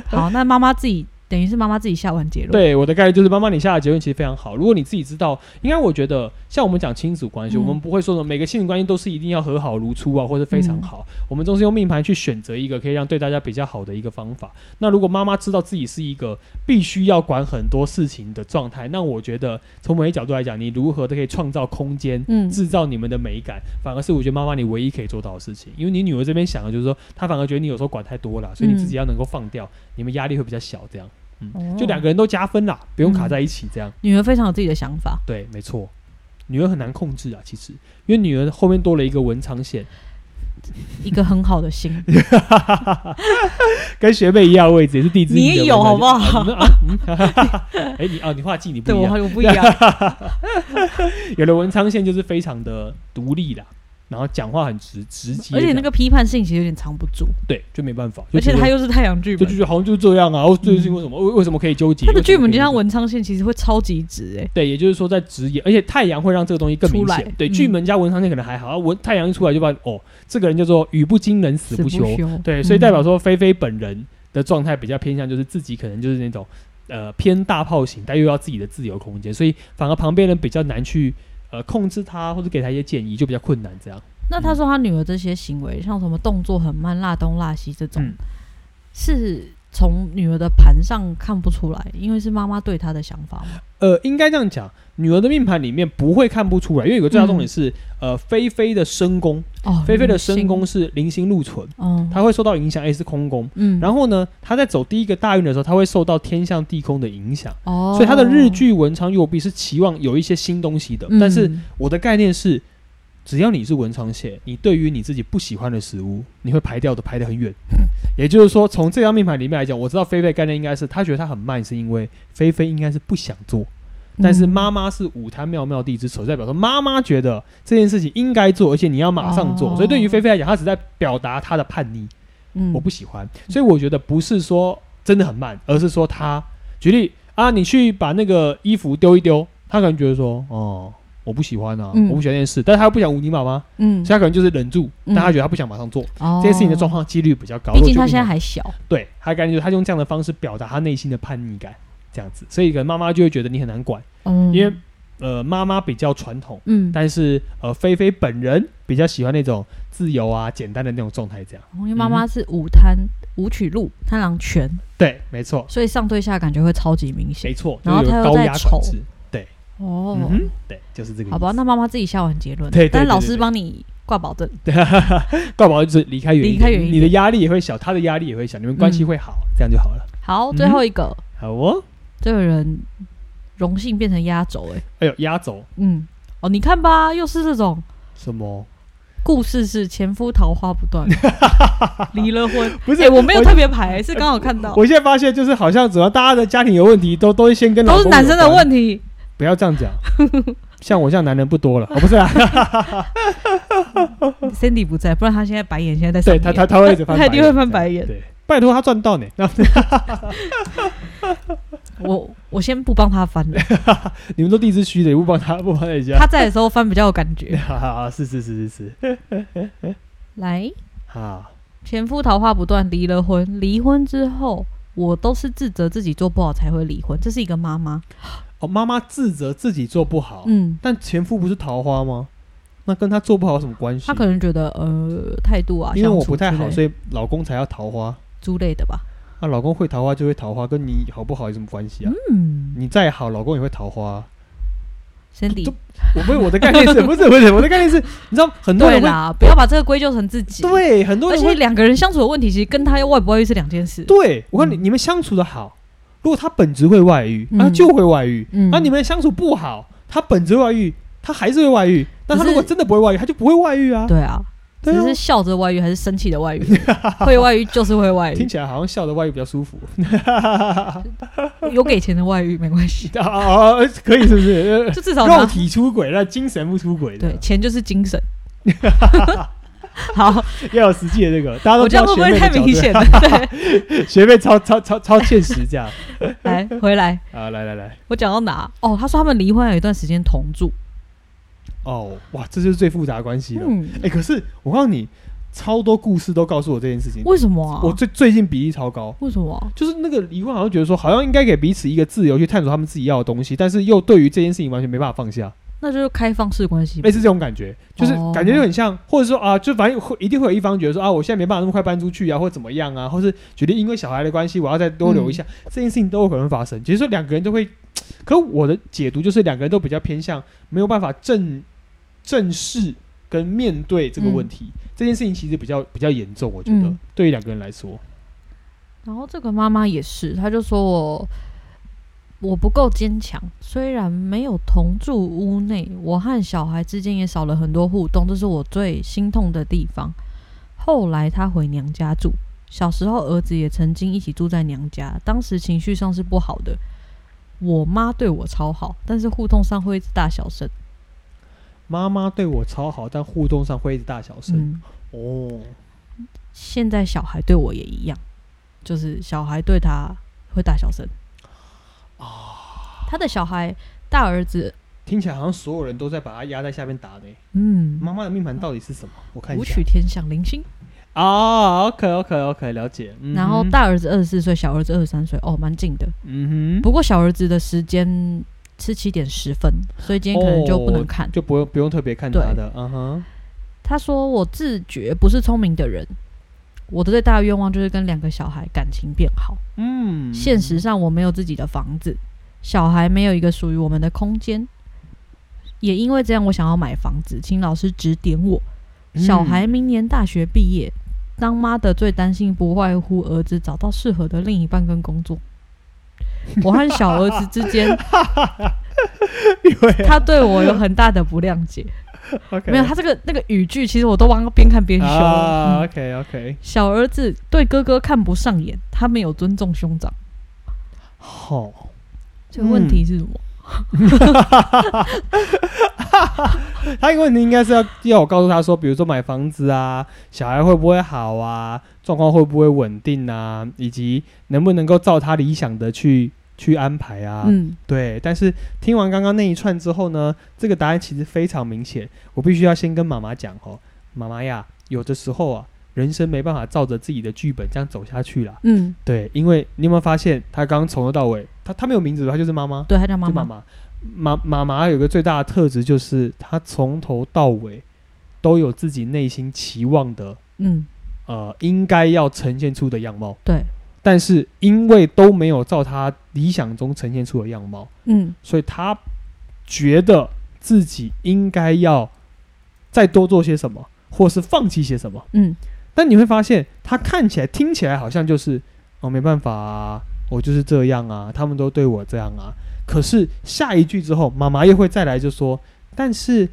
Speaker 1: 好，那妈妈自己等于是妈妈自己下完结论。，
Speaker 2: 对我的概率就是妈妈，你下的结论其实非常好。如果你自己知道，应该我觉得像我们讲亲子关系，
Speaker 1: 嗯
Speaker 2: 我们不会说什么每个亲子关系都是一定要和好如初啊，或者非常好。
Speaker 1: 嗯
Speaker 2: 我们都是用命盘去选择一个可以让对大家比较好的一个方法。那如果妈妈知道自己是一个必须要管很多事情的状态，那我觉得从某些角度来讲，你如何都可以创造空间。
Speaker 1: 嗯，
Speaker 2: 制造你们的美感，反而是我觉得妈妈你唯一可以做到的事情，因为你女儿这边想的就是说，她反而觉得你有时候管太多了，所以你自己要能够放掉，你们压力会比较小，这样。
Speaker 1: 嗯哦嗯
Speaker 2: 就两个人都加分啦，不用卡在一起这样。
Speaker 1: 女儿非常有自己的想法。
Speaker 2: [laughs] 对，没错，女儿很难控制啊，其实，因为女儿后面多了一个文昌线，
Speaker 1: 一个很好的
Speaker 2: [laughs]
Speaker 1: 心，
Speaker 2: 跟学妹一样的位置，也是地支。
Speaker 1: 你也有好不好
Speaker 2: 啊？你们啊嗯 [laughs] 哈哈哈哈哎、你啊，你画技你不
Speaker 1: 对
Speaker 2: 一
Speaker 1: 我
Speaker 2: 样，
Speaker 1: 我不一
Speaker 2: [laughs]
Speaker 1: 样，
Speaker 2: 有了文昌线就是非常的独立啦，然后讲话很直直接这
Speaker 1: 而
Speaker 2: 样，
Speaker 1: 且那个批判性其实有点藏不住，
Speaker 2: 对就没办法，就
Speaker 1: 而且
Speaker 2: 觉得
Speaker 1: 他又是太阳巨
Speaker 2: 就就
Speaker 1: 门，
Speaker 2: 觉得好像就是这样啊，哦，最近为什么为为什么可以纠结？
Speaker 1: 他的
Speaker 2: 为什么
Speaker 1: 剧本
Speaker 2: 可以
Speaker 1: 就像
Speaker 2: 那个
Speaker 1: 文昌线，其实会超级直哎、
Speaker 2: 对，也就是说在直言，而且太阳会让这个东西更明
Speaker 1: 出来
Speaker 2: 显。对，
Speaker 1: 嗯
Speaker 2: 巨门加文昌线可能还好，啊文太阳一出来就把哦，这个人叫做语不惊人死
Speaker 1: 死
Speaker 2: 不休。
Speaker 1: 休，
Speaker 2: 对，所以代表
Speaker 1: 嗯
Speaker 2: 说菲菲本人的状态比较偏向就是自己可能就是那种呃偏大炮型，但又要自己的自由空间，所以反而旁边人比较难去呃控制他或者给他一些建议，就比较困难这样。
Speaker 1: 那他说他女儿这些行为，像什么动作很慢、辣东辣西这种，
Speaker 2: 嗯
Speaker 1: 是从女儿的盘上看不出来，因为是妈妈对她的想法嘛。
Speaker 2: 呃，应该这样讲，女儿的命盘里面不会看不出来，因为有个最大重点是，呃，菲菲的身宫，
Speaker 1: 哦，
Speaker 2: 菲菲的
Speaker 1: 女性
Speaker 2: 身宫，是零星禄存，
Speaker 1: 哦，
Speaker 2: 它会受到影响，也是空宫。
Speaker 1: 嗯，
Speaker 2: 然后呢，他在走第一个大运的时候，他会受到天象地空的影响，
Speaker 1: 后哦，
Speaker 2: 所以他的日剧文昌右臂是期望有一些新东西的。
Speaker 1: 嗯，
Speaker 2: 但是我的概念是，只要你是文昌蟹，你对于你自己不喜欢的食物，你会排掉的，排得很
Speaker 1: [laughs]
Speaker 2: 远。也就是说，从这张命盘里面来讲，我知道菲菲的概念应该是，他觉得他很慢，是因为菲菲应该是不想做。但是
Speaker 1: 嗯
Speaker 2: 妈妈是五坛妙妙地之首，代表说妈妈觉得这件事情应该做，而且你要马上做。
Speaker 1: 哦
Speaker 2: 所以对于菲菲来讲，她只在表达她的叛逆。
Speaker 1: 嗯，
Speaker 2: 我不喜欢，所以我觉得不是说真的很慢，而是说他举例啊，你去把那个衣服丢一丢，他可能觉得说哦，我不喜欢啊，
Speaker 1: 嗯
Speaker 2: 我不喜欢这件事，但是他又不想无你妈妈，
Speaker 1: 嗯
Speaker 2: 所以，他可能就是忍住，
Speaker 1: 嗯
Speaker 2: 但他觉得他不想马上做、
Speaker 1: 哦
Speaker 2: 这件事情的状，况几率比较高。
Speaker 1: 毕
Speaker 2: 如
Speaker 1: 竟
Speaker 2: 果
Speaker 1: 他
Speaker 2: 就
Speaker 1: 现在
Speaker 2: 硬
Speaker 1: 还小，
Speaker 2: 对他的概念就是他用这样的方式表达他内心的叛逆感，这样子，所以可能妈妈就会觉得你很难管，
Speaker 1: 嗯，
Speaker 2: 因为呃妈妈比较传统，
Speaker 1: 嗯，
Speaker 2: 但是呃菲菲本人比较喜欢那种自由啊简单的那种状态，这样
Speaker 1: 因为妈妈是五贪五曲路贪狼拳，
Speaker 2: 对，没错。
Speaker 1: 所以上对下感觉会超级明显
Speaker 2: 没。错，
Speaker 1: 然后
Speaker 2: 就是
Speaker 1: 他
Speaker 2: 有
Speaker 1: 又
Speaker 2: 高
Speaker 1: 在
Speaker 2: 压
Speaker 1: 丑
Speaker 2: 管制。
Speaker 1: 哦，
Speaker 2: 嗯哼，对，就是这个意思。
Speaker 1: 好吧，那妈妈自己下完结论，
Speaker 2: 对对对
Speaker 1: 但老
Speaker 2: 对
Speaker 1: 师
Speaker 2: 对
Speaker 1: 帮你挂保证。
Speaker 2: 干嘛就是离开远一点，
Speaker 1: 离开远一点
Speaker 2: 你的压力也会小，他的压力也会小，你们关系会好，这样就好了。
Speaker 1: 好，
Speaker 2: 嗯
Speaker 1: 最后一个，
Speaker 2: 好哦，
Speaker 1: 这个人荣幸变成压轴、欸，
Speaker 2: 哎呦，压轴
Speaker 1: 嗯，哦，你看吧，又是这种
Speaker 2: 什么？
Speaker 1: 故事是前夫桃花不
Speaker 2: [laughs]
Speaker 1: 断，离了婚，
Speaker 2: 不是
Speaker 1: 哎、我没有特别排，是刚好看到，
Speaker 2: 我现在发现，就是好像只要大家的家庭有问题，都都会先跟老
Speaker 1: 都
Speaker 2: 公
Speaker 1: 是男生的
Speaker 2: 有关，
Speaker 1: 问题，
Speaker 2: 不要这样讲。像我这样男人不多了，哦，不
Speaker 1: [laughs]
Speaker 2: 是啊，
Speaker 1: Cindy 不在，不然他现在白眼，现在在
Speaker 2: 对
Speaker 1: 上
Speaker 2: 他
Speaker 1: 面
Speaker 2: 他他会一直翻白
Speaker 1: 他
Speaker 2: 眼，
Speaker 1: 一定会翻白眼
Speaker 2: 对，拜托他赚到呢，那
Speaker 1: 我我先不帮他翻了，
Speaker 2: [laughs] 你们都地之虚的，也不帮他不帮他一下。
Speaker 1: 他在的时候翻比较有感觉。
Speaker 2: 哈哈哈，是是是是 [laughs] 是，
Speaker 1: 来，
Speaker 2: 啊，
Speaker 1: 前夫桃花不断，离了婚，离婚之后。我都是自责自己做不好才会离婚，这是一个妈妈。
Speaker 2: 哦，妈妈自责自己做不好，
Speaker 1: 嗯，
Speaker 2: 但前夫不是桃花吗？那跟他做不好有什么关系？
Speaker 1: 她可能觉得呃态度啊，
Speaker 2: 因为我不太
Speaker 1: 相处之
Speaker 2: 好，
Speaker 1: 类
Speaker 2: 所以老公才要桃花。
Speaker 1: 之类的吧。
Speaker 2: 那、老公会桃花就会桃花，跟你好不好有什么关系啊？
Speaker 1: 嗯
Speaker 2: 你再好，老公也会桃花啊。
Speaker 1: ，Cindy，
Speaker 2: 都我不是我的概念是不是不是我的概念是，你知道很多
Speaker 1: 对
Speaker 2: 人会
Speaker 1: 啦，不要把这个归咎成自己。，
Speaker 2: 对很多
Speaker 1: 而
Speaker 2: 人
Speaker 1: 且
Speaker 2: 会
Speaker 1: 两个人相处的问题，其实跟他外不外遇是两件事。
Speaker 2: 对我看你、
Speaker 1: 嗯
Speaker 2: 你们相处的好，如果他本质会外遇，那、
Speaker 1: 嗯
Speaker 2: 就会外遇；
Speaker 1: 嗯
Speaker 2: 那、你们相处不好，他本质会外遇，他还是会外遇。但他
Speaker 1: 可是
Speaker 2: 如果真的不会外遇，他就不会外遇啊。
Speaker 1: 对啊，
Speaker 2: 对
Speaker 1: 只
Speaker 2: 啊
Speaker 1: 是笑着外遇还是生气的
Speaker 2: [laughs]
Speaker 1: 外遇，会外遇就是会外
Speaker 2: 听
Speaker 1: 遇，
Speaker 2: 起来好像笑的外遇比
Speaker 1: [laughs]
Speaker 2: 较舒服。
Speaker 1: 有给钱的外遇没关
Speaker 2: [laughs]
Speaker 1: 系，
Speaker 2: 啊啊，啊可以是不是？
Speaker 1: 就
Speaker 2: [laughs]
Speaker 1: 至少
Speaker 2: 肉
Speaker 1: 拿
Speaker 2: 体出轨，那精神不出轨的
Speaker 1: 对，钱就是精
Speaker 2: [laughs]
Speaker 1: 神。好，
Speaker 2: 要有实际的这个，大家都
Speaker 1: 我
Speaker 2: 知
Speaker 1: 这样
Speaker 2: 道
Speaker 1: 会
Speaker 2: 学
Speaker 1: 不会
Speaker 2: 妹的
Speaker 1: 太
Speaker 2: 角
Speaker 1: 明
Speaker 2: 色
Speaker 1: 显了？
Speaker 2: [laughs]
Speaker 1: 对，
Speaker 2: 学妹超超超超现实这样
Speaker 1: 来回来，
Speaker 2: 啊！来来来，
Speaker 1: 我讲到哪？哦，他说他们离婚有一段时间同住，
Speaker 2: 哦哇，这就是最复杂的关系了。哎、
Speaker 1: 嗯，
Speaker 2: 可是我告诉你，超多故事都告诉我这件事情。
Speaker 1: 为什么啊？
Speaker 2: 我最最近比例超高，
Speaker 1: 为什么啊？
Speaker 2: 就是那个疑问，好像觉得说，好像应该给彼此一个自由去探索他们自己要的东西，但是又对于这件事情完全没办法放下，
Speaker 1: 那就是开放式关系吧
Speaker 2: 类。似这种感觉，就是
Speaker 1: 嗯哦
Speaker 2: 感觉就很像，或者说啊，就反正会一定会有一方觉得说啊，我现在没办法那么快搬出去啊，或怎么样啊，或是决定因为小孩的关系，我要再多留一下，
Speaker 1: 嗯
Speaker 2: 这件事情都有可能发生。其实说两个人都会，可我的解读就是两个人都比较偏向没有办法正正视跟面对这个问题，这件事情其实比较比较严重，我觉得、
Speaker 1: 嗯
Speaker 2: 对于两个人来说，
Speaker 1: 然后这个妈妈也是，她就说我我不够坚强，虽然没有同住屋内，我和小孩之间也少了很多互动，这是我最心痛的地方。后来她回娘家住，小时候儿子也曾经一起住在娘家，当时情绪上是不好的。我妈对我超好，但是互动上会一直大小声。
Speaker 2: 妈妈对我超好，但互动上会一直大小声。
Speaker 1: 嗯，
Speaker 2: 哦，
Speaker 1: 现在小孩对我也一样，就是小孩对他会大小声。他的小孩大儿子，
Speaker 2: 听起来好像所有人都在把他压在下面打呢。
Speaker 1: 嗯，
Speaker 2: 妈妈的命盘到底是什么？我看一
Speaker 1: 武
Speaker 2: 下
Speaker 1: 曲。天象零星。
Speaker 2: 哦，OK OK OK，了解。嗯哼
Speaker 1: 然后，大儿子二十四岁，小儿子二十三岁，哦，蛮近的。
Speaker 2: 嗯哼，
Speaker 1: 不过小儿子的时间是七点十分，所以今天可能就不能看。
Speaker 2: 就不用不用特别看他的，嗯哼，
Speaker 1: 他说：“我自觉不是聪明的人，我的最大的愿望就是跟两个小孩感情变好。
Speaker 2: 嗯，
Speaker 1: 现实上，我没有自己的房子，小孩没有一个属于我们的空间。也因为这样，我想要买房子，请老师指点我。
Speaker 2: 嗯
Speaker 1: 小
Speaker 2: [laughs]
Speaker 1: 孩明年大学毕业，当妈的最担心不外乎儿子找到适合的另一半跟工
Speaker 2: [laughs]
Speaker 1: 作。我和小儿子之间，
Speaker 2: 以为
Speaker 1: 他对我有很大的不谅解。
Speaker 2: OK
Speaker 1: 没有，他这个那个语句，其实我都忘了边看边修了。
Speaker 2: 啊
Speaker 1: 嗯
Speaker 2: ，OK OK，
Speaker 1: 小儿子对哥哥看不上眼，他没有尊重兄长。
Speaker 2: 好，
Speaker 1: 这个问题是什么？
Speaker 2: 他一个问题应该是要要我告诉他说，比如说买房子啊，小孩会不会好啊，状况会不会稳定啊，以及能不能够照他理想的去去安排啊，
Speaker 1: 嗯，
Speaker 2: 对，但是听完刚刚那一串之后呢，这个答案其实非常明显。我必须要先跟妈妈讲哦，妈妈呀，有的时候啊，人生没办法照着自己的剧本这样走下去啦。
Speaker 1: 嗯，
Speaker 2: 对，因为你有没有发现，她刚刚从头到尾，她她没有名字，她就是妈妈，
Speaker 1: 对，他叫妈
Speaker 2: 就妈
Speaker 1: 妈。
Speaker 2: 妈。妈妈妈有个最大的特质就是，她从头到尾都有自己内心期望的，
Speaker 1: 嗯，
Speaker 2: 呃，应该要呈现出的样貌，
Speaker 1: 对，
Speaker 2: 但是因为都没有照她理想中呈现出的样貌。
Speaker 1: 嗯，
Speaker 2: 所以他觉得自己应该要再多做些什么，或是放弃些什么。
Speaker 1: 嗯，
Speaker 2: 但你会发现，他看起来、听起来好像就是哦，没办法啊，我就是这样啊，他们都对我这样啊。可是下一句之后，妈妈又会再来就说，但是，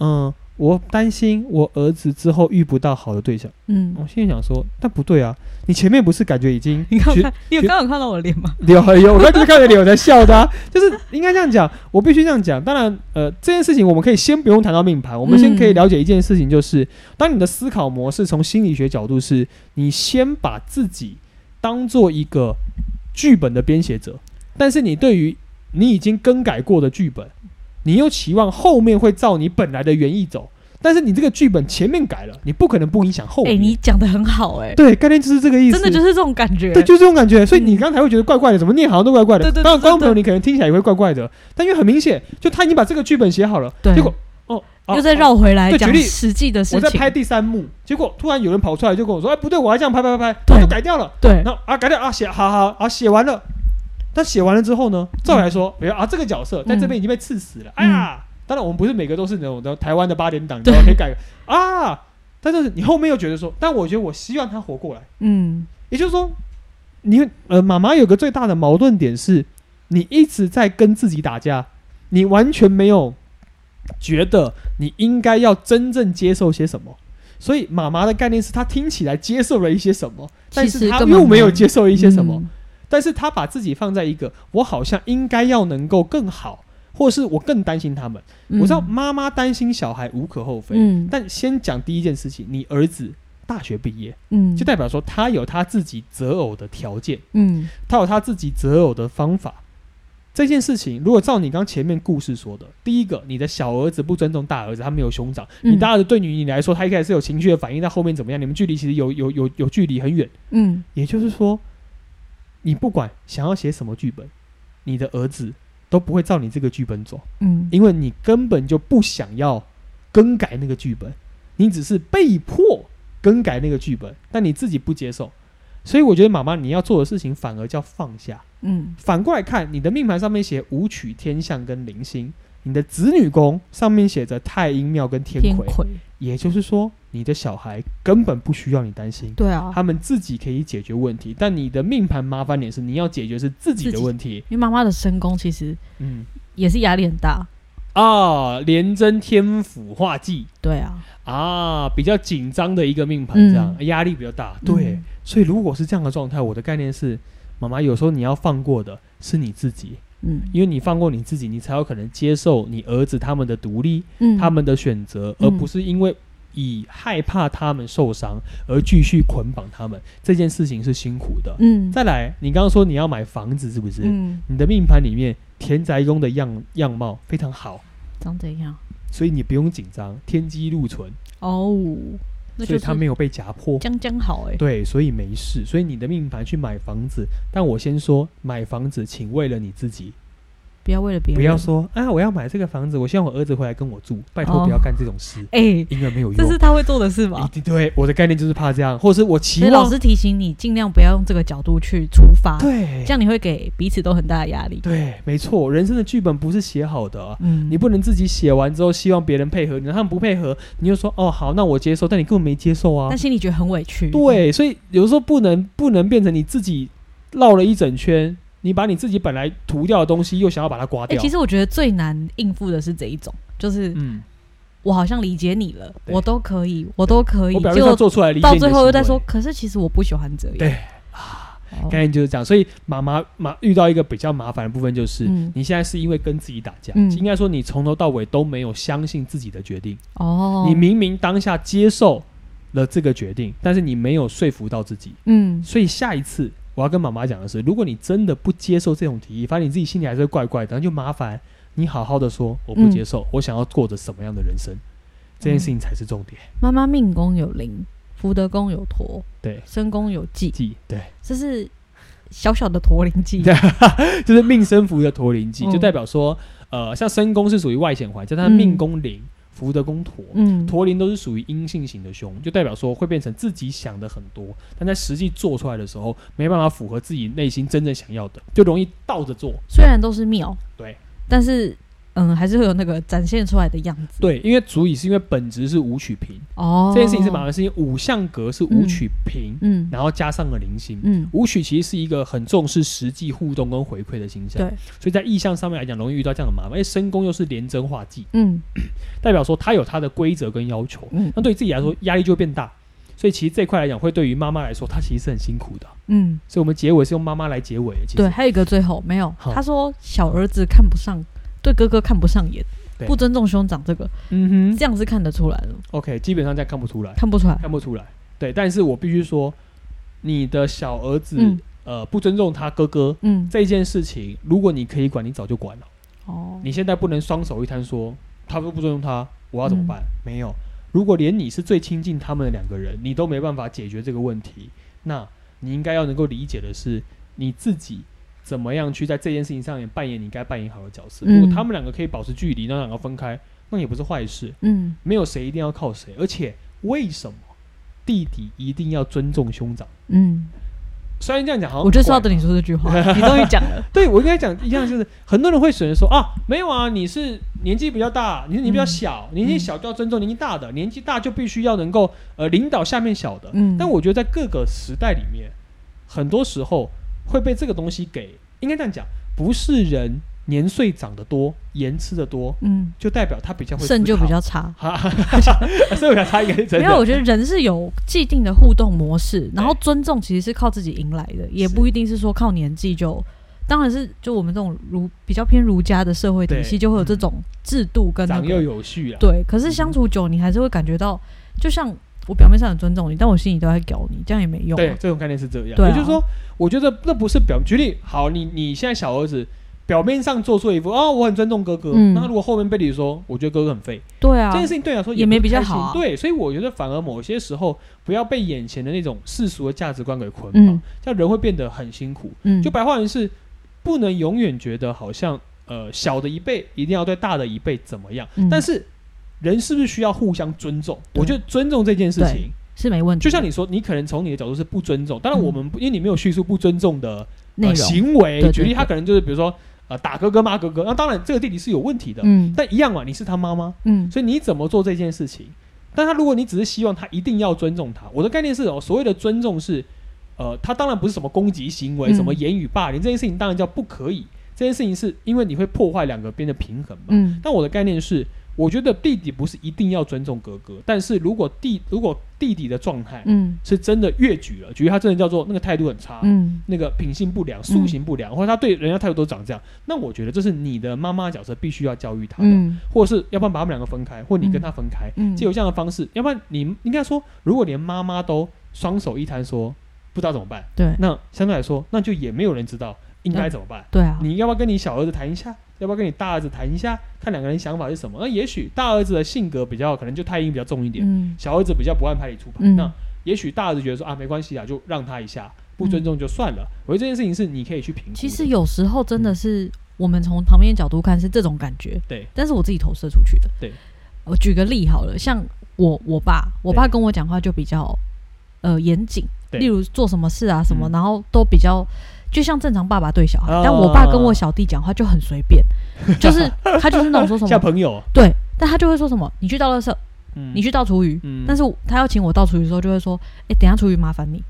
Speaker 2: 嗯，我担心我儿子之后遇不到好的对象。
Speaker 1: 嗯。
Speaker 2: 我心里想说，但不对啊，你前面不是感觉已经
Speaker 1: [laughs] 你看
Speaker 2: 觉
Speaker 1: 看，你有刚刚有看到我的脸吗？
Speaker 2: [laughs] 有有，我刚才就是看着你我在笑的、啊，就是应该这样讲，我必须这样讲。当然，呃，这件事情我们可以先不用谈到命盘，我们先可以了解一件事情，就是、当你的思考模式从心理学角度是，你先把自己当做一个剧本的编写者，但是你对于你已经更改过的剧本，你又期望后面会照你本来的原意走，但是你这个剧本前面改了，你不可能不影响后
Speaker 1: 哎、
Speaker 2: 面。
Speaker 1: 你讲的很好、哎，
Speaker 2: 哦对概念就是这个意思，
Speaker 1: 真的就是这种感觉。
Speaker 2: 对，就是这种感觉。所以
Speaker 1: 嗯
Speaker 2: 你刚才会觉得怪怪的，怎么念好像都怪怪的。
Speaker 1: 对对对
Speaker 2: 当然，观众
Speaker 1: 对对
Speaker 2: 朋友你可能听起来也会怪怪的，但因为很明显，就他已经把这个剧本写好了，
Speaker 1: 对
Speaker 2: 结果哦，啊
Speaker 1: 又再绕回来
Speaker 2: 对
Speaker 1: 讲
Speaker 2: 举例
Speaker 1: 实际的
Speaker 2: 我
Speaker 1: 事
Speaker 2: 在
Speaker 1: 情
Speaker 2: 拍。第三幕，结果突然有人跑出来就跟我说：“哎，不对，我还这样拍拍拍拍，
Speaker 1: 对
Speaker 2: 我就改掉了。”
Speaker 1: 对，
Speaker 2: 然后啊，改掉啊，写好好啊，写完了。但写完了之后呢，照理来说，
Speaker 1: 嗯
Speaker 2: 比如啊，这个角色在这边已经被刺死了，哎呀，当然我们不是每个都是那种的台湾的八点档，你知道可以改啊。但是你后面又觉得说，但我觉得我希望他活过来。
Speaker 1: 嗯，
Speaker 2: 也就是说，你呃，妈妈有个最大的矛盾点是，你一直在跟自己打架，你完全没有觉得你应该要真正接受些什么。所以妈妈的概念是，她听起来接受了一些什么，但
Speaker 1: 其
Speaker 2: 是
Speaker 1: 实
Speaker 2: 她
Speaker 1: 根本
Speaker 2: 又没有
Speaker 1: 没有
Speaker 2: 接受一些什么。
Speaker 1: 嗯？
Speaker 2: 但是他把自己放在一个我好像应该要能够更好，或是我更担心他们。
Speaker 1: 嗯
Speaker 2: 我知道妈妈担心小孩无可厚非，
Speaker 1: 嗯
Speaker 2: 但先讲第一件事情，你儿子大学毕业，
Speaker 1: 嗯，
Speaker 2: 就代表说他有他自己择偶的条件，
Speaker 1: 嗯
Speaker 2: 他有他自己择偶的方法。这件事情，如果照你刚前面故事说的，第一个，你的小儿子不尊重大儿子，他没有兄长，
Speaker 1: 嗯
Speaker 2: 你大儿子对于你来说，他一开始是有情绪的反应，但后面怎么样，你们距离其实有有有有距离很远。
Speaker 1: 嗯，
Speaker 2: 也就是说，你不管想要写什么剧本，你的儿子都不会照你这个剧本走，
Speaker 1: 嗯，
Speaker 2: 因为你根本就不想要更改那个剧本，你只是被迫更改那个剧本，但你自己不接受。所以我觉得妈妈你要做的事情反而叫放下。
Speaker 1: 嗯，
Speaker 2: 反过来看，你的命盘上面写武曲、天象跟灵星，你的子女宫上面写着太阴庙跟天
Speaker 1: 天
Speaker 2: 魁，
Speaker 1: 魁，
Speaker 2: 也就是说，你的小孩根本不需要你担心，
Speaker 1: 对啊，
Speaker 2: 他们自己可以解决问题。但你的命盘麻烦点是，你要解决是自己
Speaker 1: 自
Speaker 2: 的
Speaker 1: 己
Speaker 2: 问题。
Speaker 1: 因为妈妈的身宫其实
Speaker 2: 嗯
Speaker 1: 也是压力很大，
Speaker 2: 啊，廉贞天府化忌
Speaker 1: 对啊，
Speaker 2: 啊，比较紧张的一个命盘，
Speaker 1: 嗯
Speaker 2: 这样压力比较大。对，
Speaker 1: 嗯
Speaker 2: 所以如果是这样的状态，我的概念是，妈妈有时候你要放过的是你自己。
Speaker 1: 嗯
Speaker 2: 因为你放过你自己，你才有可能接受你儿子他们的独立、
Speaker 1: 嗯，
Speaker 2: 他们的选择，
Speaker 1: 嗯
Speaker 2: 而不是因为以害怕他们受伤而继续捆绑他们。这件事情是辛苦的。
Speaker 1: 嗯
Speaker 2: 再来，你刚刚说你要买房子，是不是？
Speaker 1: 嗯
Speaker 2: 你的命盘里面田宅宫的样样貌非常好，
Speaker 1: 长怎样？
Speaker 2: 所以你不用紧张，天机禄存，
Speaker 1: 哦，那
Speaker 2: 所
Speaker 1: 就
Speaker 2: 以他
Speaker 1: 是
Speaker 2: 没有被夹破。
Speaker 1: 将将好哎，
Speaker 2: 对，所以没事。所以你的命盘去买房子，但我先说，买房子请为了你自己，
Speaker 1: 不要为了别人，
Speaker 2: 不要说啊，我要买这个房子，我希望我儿子回来跟我住，拜
Speaker 1: 哦
Speaker 2: 托不要干这种事，
Speaker 1: 哎，
Speaker 2: 因为没有用。
Speaker 1: 这是他会做的事
Speaker 2: 一
Speaker 1: 吧？
Speaker 2: 定对我的概念就是怕这样，或是我期
Speaker 1: 所以老
Speaker 2: 望
Speaker 1: 师提醒你，尽量不要用这个角度去出发，
Speaker 2: 对
Speaker 1: 这样你会给彼此都很大的压力。
Speaker 2: 对，没错，人生的剧本不是写好的啊、
Speaker 1: 嗯，
Speaker 2: 你不能自己写完之后希望别人配合你，他们不配合，你就说哦好，那我接受，但你根本没接受啊
Speaker 1: 但。心里觉得很委屈。，
Speaker 2: 对，啊所以有时候不能不能变成你自己绕了一整圈，你把你自己本来涂掉的东西又想要把它刮
Speaker 1: 哎、
Speaker 2: 掉。
Speaker 1: 其实我觉得最难应付的是这一种，就是
Speaker 2: 嗯，
Speaker 1: 我好像理解你了，
Speaker 2: 对
Speaker 1: 我都可以，我都可以
Speaker 2: 我，表
Speaker 1: 结
Speaker 2: 面上
Speaker 1: 果
Speaker 2: 做出来理解
Speaker 1: 到
Speaker 2: 你的
Speaker 1: 最后又在
Speaker 2: 行
Speaker 1: 说
Speaker 2: 为，
Speaker 1: 可是其实我不喜欢这样。
Speaker 2: 对啊
Speaker 1: 哦
Speaker 2: 概念就是这样。所以妈妈妈遇到一个比较麻烦的部分就是，
Speaker 1: 嗯
Speaker 2: 你现在是因为跟自己打架，
Speaker 1: 嗯
Speaker 2: 应该说你从头到尾都没有相信自己的决定。
Speaker 1: 哦，
Speaker 2: 你明明当下接受了这个决定，但是你没有说服到自己。
Speaker 1: 嗯
Speaker 2: 所以下一次我要跟妈妈讲的是，如果你真的不接受这种提议，发现你自己心里还是会怪怪的，那就麻烦你好好的说，我不
Speaker 1: 嗯
Speaker 2: 接受，我想要过着什么样的人生，这件事情才是重点。
Speaker 1: 妈妈命宫有灵，福德宫有陀，
Speaker 2: 对
Speaker 1: 身宫有忌，
Speaker 2: 记对。
Speaker 1: 这是小小的陀灵忌。
Speaker 2: 就是命生福的驼铃记，
Speaker 1: 嗯
Speaker 2: 就代表说，呃，像申宫是属于外显环，叫它命宫灵，福德宫驼。
Speaker 1: 嗯，
Speaker 2: 驼铃都是属于阴性型的凶，就代表说会变成自己想的很多，但在实际做出来的时候没办法符合自己内心真正想要的，就容易倒着做。
Speaker 1: 虽然都是庙，
Speaker 2: 对，
Speaker 1: 但是嗯，还是会有那个展现出来的样子。
Speaker 2: 对，因为主语是因为本质是武曲平，
Speaker 1: 哦，
Speaker 2: 这件事情是麻烦的事情。五象格是武曲平，
Speaker 1: 嗯
Speaker 2: 然后加上了零星。
Speaker 1: 嗯
Speaker 2: 武曲其实是一个很重视实际互动跟回馈的形象，
Speaker 1: 对，
Speaker 2: 所以在意象上面来讲，容易遇到这样的麻烦。因为申宫又是廉贞化忌，
Speaker 1: 嗯
Speaker 2: 代表说他有他的规则跟要求，
Speaker 1: 嗯
Speaker 2: 那哦对于自己来说压力就会变大，所以其实这一块来讲，会对于妈妈来说，她其实是很辛苦的。
Speaker 1: 嗯，
Speaker 2: 所以我们结尾是用妈妈来结尾，其实
Speaker 1: 对，还有一个最后没有，
Speaker 2: 好
Speaker 1: 他说小儿子看不上，对哥哥看不上眼，
Speaker 2: 对
Speaker 1: 不尊重兄长，这个
Speaker 2: 嗯哼
Speaker 1: 这样是看得出来了，
Speaker 2: ，OK，基本上这样看不出来，
Speaker 1: 看不出来。
Speaker 2: 看不出来，对，但是我必须说，你的小儿子、
Speaker 1: 嗯
Speaker 2: 呃不尊重他哥哥
Speaker 1: 嗯，
Speaker 2: 这件事情，如果你可以管，你早就管了，
Speaker 1: 哦，
Speaker 2: 你现在不能双手一摊说他都不尊重他，我要怎么办？
Speaker 1: 嗯
Speaker 2: 没有，如果连你是最亲近他们的两个人，你都没办法解决这个问题，那你应该要能够理解的是你自己。怎么样去在这件事情上面扮演你该扮演好的角色？
Speaker 1: 嗯
Speaker 2: 如果他们两个可以保持距离，让两个分开，那也不是坏事。
Speaker 1: 嗯
Speaker 2: 没有谁一定要靠谁，而且为什么弟弟一定要尊重兄长？
Speaker 1: 嗯，
Speaker 2: 虽然这样讲好像
Speaker 1: 我就是
Speaker 2: 很
Speaker 1: 要
Speaker 2: 怪
Speaker 1: 等你说这句
Speaker 2: [laughs]
Speaker 1: 话，你终于讲了。
Speaker 2: 对我应该讲一样，就是很多人会选择说啊，没有啊，你是年纪比较大，你是你比较小，年纪小就要尊重年纪大的，年纪大就必须要能够呃领导下面小的。
Speaker 1: 嗯
Speaker 2: 但我觉得在各个时代里面，很多时候会被这个东西给，应该这样讲，不是人年岁长得多，言吃的多，
Speaker 1: 嗯，
Speaker 2: [laughs] 就代表他比较会
Speaker 1: 肾
Speaker 2: 思
Speaker 1: 就
Speaker 2: 考
Speaker 1: 比较差。
Speaker 2: 哈，所以我想他应 [laughs] 该是真
Speaker 1: 没
Speaker 2: 的。
Speaker 1: 有，我觉得人是有既定的互动模式，然后
Speaker 2: 对
Speaker 1: 尊重其实是靠自己赢来的，也不一定是说靠年纪就。当然是就我们这种儒比较偏儒家的社会体系，
Speaker 2: 对
Speaker 1: 就会有这种制度跟那
Speaker 2: 长幼
Speaker 1: 个
Speaker 2: 有序啊。
Speaker 1: 对。可是相处久，你还是会感觉到，就像我表面上很尊重你，但我心里都在屌你，这样也没用、
Speaker 2: 对
Speaker 1: 啊。，
Speaker 2: 这种概念是这样。
Speaker 1: 对啊
Speaker 2: 也就是说，我觉得那不是表。举例，好，你你现在小儿子表面上做出一副哦我很尊重哥哥，
Speaker 1: 嗯
Speaker 2: 那如果后面被你说我觉得哥哥很废，
Speaker 1: 对啊
Speaker 2: 这，件事情对你来说
Speaker 1: 也没
Speaker 2: 不
Speaker 1: 比较
Speaker 2: 开心
Speaker 1: 好啊
Speaker 2: 对，所以我觉得反而某些时候不要被眼前的那种世俗的价值观给捆绑
Speaker 1: 嗯，
Speaker 2: 这样人会变得很辛苦。
Speaker 1: 嗯，
Speaker 2: 就白话文是不能永远觉得好像呃小的一辈一定要对大的一辈怎么样，
Speaker 1: 嗯
Speaker 2: 但是人是不是需要互相尊重？
Speaker 1: 对
Speaker 2: 我觉得尊重这件事情，
Speaker 1: 是没问题的，
Speaker 2: 就像你说，你可能从你的角度是不尊重，当然我们不、因为你没有叙述不尊重的、
Speaker 1: 嗯内
Speaker 2: 呃、
Speaker 1: 容，
Speaker 2: 行为，
Speaker 1: 对对
Speaker 2: 举例
Speaker 1: 对
Speaker 2: 他可能就是比如说呃打哥哥骂哥哥，那当然这个弟弟是有问题的，
Speaker 1: 嗯
Speaker 2: 但一样嘛，你是他妈妈，
Speaker 1: 嗯
Speaker 2: 所以你怎么做这件事情？但他如果你只是希望他一定要尊重他，我的概念是哦，所谓的尊重是，呃，他当然不是什么攻击行为，
Speaker 1: 嗯
Speaker 2: 什么言语霸凌这件事情，当然叫不可以。这件事情是因为你会破坏两个边的平衡嘛。
Speaker 1: 嗯
Speaker 2: 但我的概念是，我觉得弟弟不是一定要尊重哥哥，但是如果弟如果弟弟的状态
Speaker 1: 嗯
Speaker 2: 是真的越举了，举例他真的叫做那个态度很差，
Speaker 1: 嗯
Speaker 2: 那个品性不良、塑形不良，或者他对人家态度都长这样，那我觉得这是你的妈妈角色必须要教育他的。
Speaker 1: 嗯
Speaker 2: 或者是要不然把他们两个分开，或你跟他分开，
Speaker 1: 嗯
Speaker 2: 借、由这样的方式，要不然你应该说，如果连妈妈都双手一摊说不知道怎么办，
Speaker 1: 对
Speaker 2: 那相对来说，那就也没有人知道应该怎么办。
Speaker 1: 对啊，
Speaker 2: 你要不要跟你小儿子谈一下？要不要跟你大儿子谈一下？看两个人想法是什么？那也许大儿子的性格比较可能就太阴比较重一点，
Speaker 1: 嗯
Speaker 2: 小儿子比较不按牌理出牌。
Speaker 1: 嗯
Speaker 2: 那也许大儿子觉得说啊没关系啊，就让他一下，不尊重就算了。我觉得这件事情是你可以去评估的。
Speaker 1: 其实有时候真的是我们从旁边角度看是这种感觉，
Speaker 2: 嗯对，
Speaker 1: 但是我自己投射出去的。
Speaker 2: 对，
Speaker 1: 我举个例好了，像我我爸，我
Speaker 2: 对
Speaker 1: 爸跟我讲话就比较呃严谨，
Speaker 2: 对
Speaker 1: 例如做什么事啊什么，
Speaker 2: 嗯
Speaker 1: 然后都比较。就像正常爸爸对小孩，
Speaker 2: 啊
Speaker 1: 但我爸跟我小弟讲话就很随便，就是他就是那种
Speaker 2: [laughs]
Speaker 1: 说什
Speaker 2: 像
Speaker 1: 么
Speaker 2: 朋友，
Speaker 1: 对，但他就会说什么你去倒垃圾，
Speaker 2: 嗯，
Speaker 1: 你去倒厨余，
Speaker 2: 嗯
Speaker 1: 但是他要请我倒厨余的时候，就会说：“哎、等一下厨余麻烦
Speaker 2: [laughs]
Speaker 1: 你。”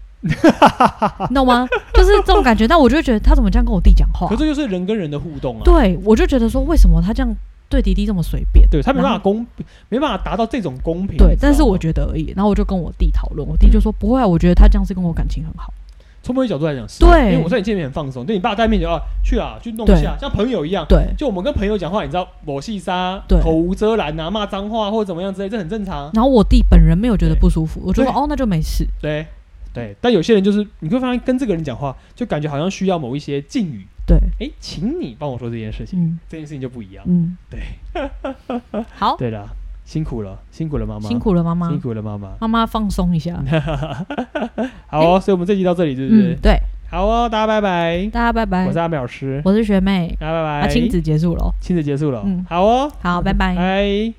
Speaker 1: 你懂吗？就是这种感觉。但我就会觉得他怎么这样跟我弟讲话
Speaker 2: 可？这就是人跟人的互动啊。
Speaker 1: 对，我就觉得说为什么他这样对弟弟这么随便？
Speaker 2: 对他没办
Speaker 1: 然
Speaker 2: 法
Speaker 1: 后
Speaker 2: 公，没办法达到这种公平。
Speaker 1: 对
Speaker 2: 你，知道吗
Speaker 1: 但是我觉得而已。然后我就跟我弟讨论，
Speaker 2: 嗯
Speaker 1: 我弟就说：“不会啊，我觉得他这样是跟我感情很好。
Speaker 2: 从某些角度来讲是，啊
Speaker 1: 对
Speaker 2: 因为我在你见面很放松，对你爸在面前啊，去啊，去弄一下，像朋友一样”。
Speaker 1: 对。
Speaker 2: 就我们跟朋友讲话，你知道裸戏杀、
Speaker 1: 对
Speaker 2: 口无遮拦啊、骂脏话或者怎么样之类，这很正常。
Speaker 1: 然后我弟本人没有觉得
Speaker 2: 对
Speaker 1: 不舒服，我就说：“
Speaker 2: 对
Speaker 1: 哦，那就没事。
Speaker 2: 对对，但有些人就是你会发现跟这个人讲话，就感觉好像需要某一些敬语。”
Speaker 1: 对，
Speaker 2: 哎，请你帮我说这件事情，
Speaker 1: 嗯
Speaker 2: 这件事情就不一样。
Speaker 1: 嗯，
Speaker 2: 对
Speaker 1: 好，
Speaker 2: 对啦，辛苦了，辛苦了，妈妈，
Speaker 1: 辛苦了，妈妈
Speaker 2: 辛，苦了，妈妈。
Speaker 1: 妈妈放松一下。
Speaker 2: 好哦，所以我们这集到这里，是不
Speaker 1: 嗯
Speaker 2: 是，？
Speaker 1: 对，
Speaker 2: 好哦，大家拜拜。
Speaker 1: 大家拜拜
Speaker 2: 我是。阿美老师，
Speaker 1: 我是学妹，
Speaker 2: 大家拜
Speaker 1: 啊，
Speaker 2: 拜。
Speaker 1: 亲子结束了哦。
Speaker 2: 亲子结束了，
Speaker 1: 嗯
Speaker 2: 好哦，
Speaker 1: 好，拜拜。
Speaker 2: 拜。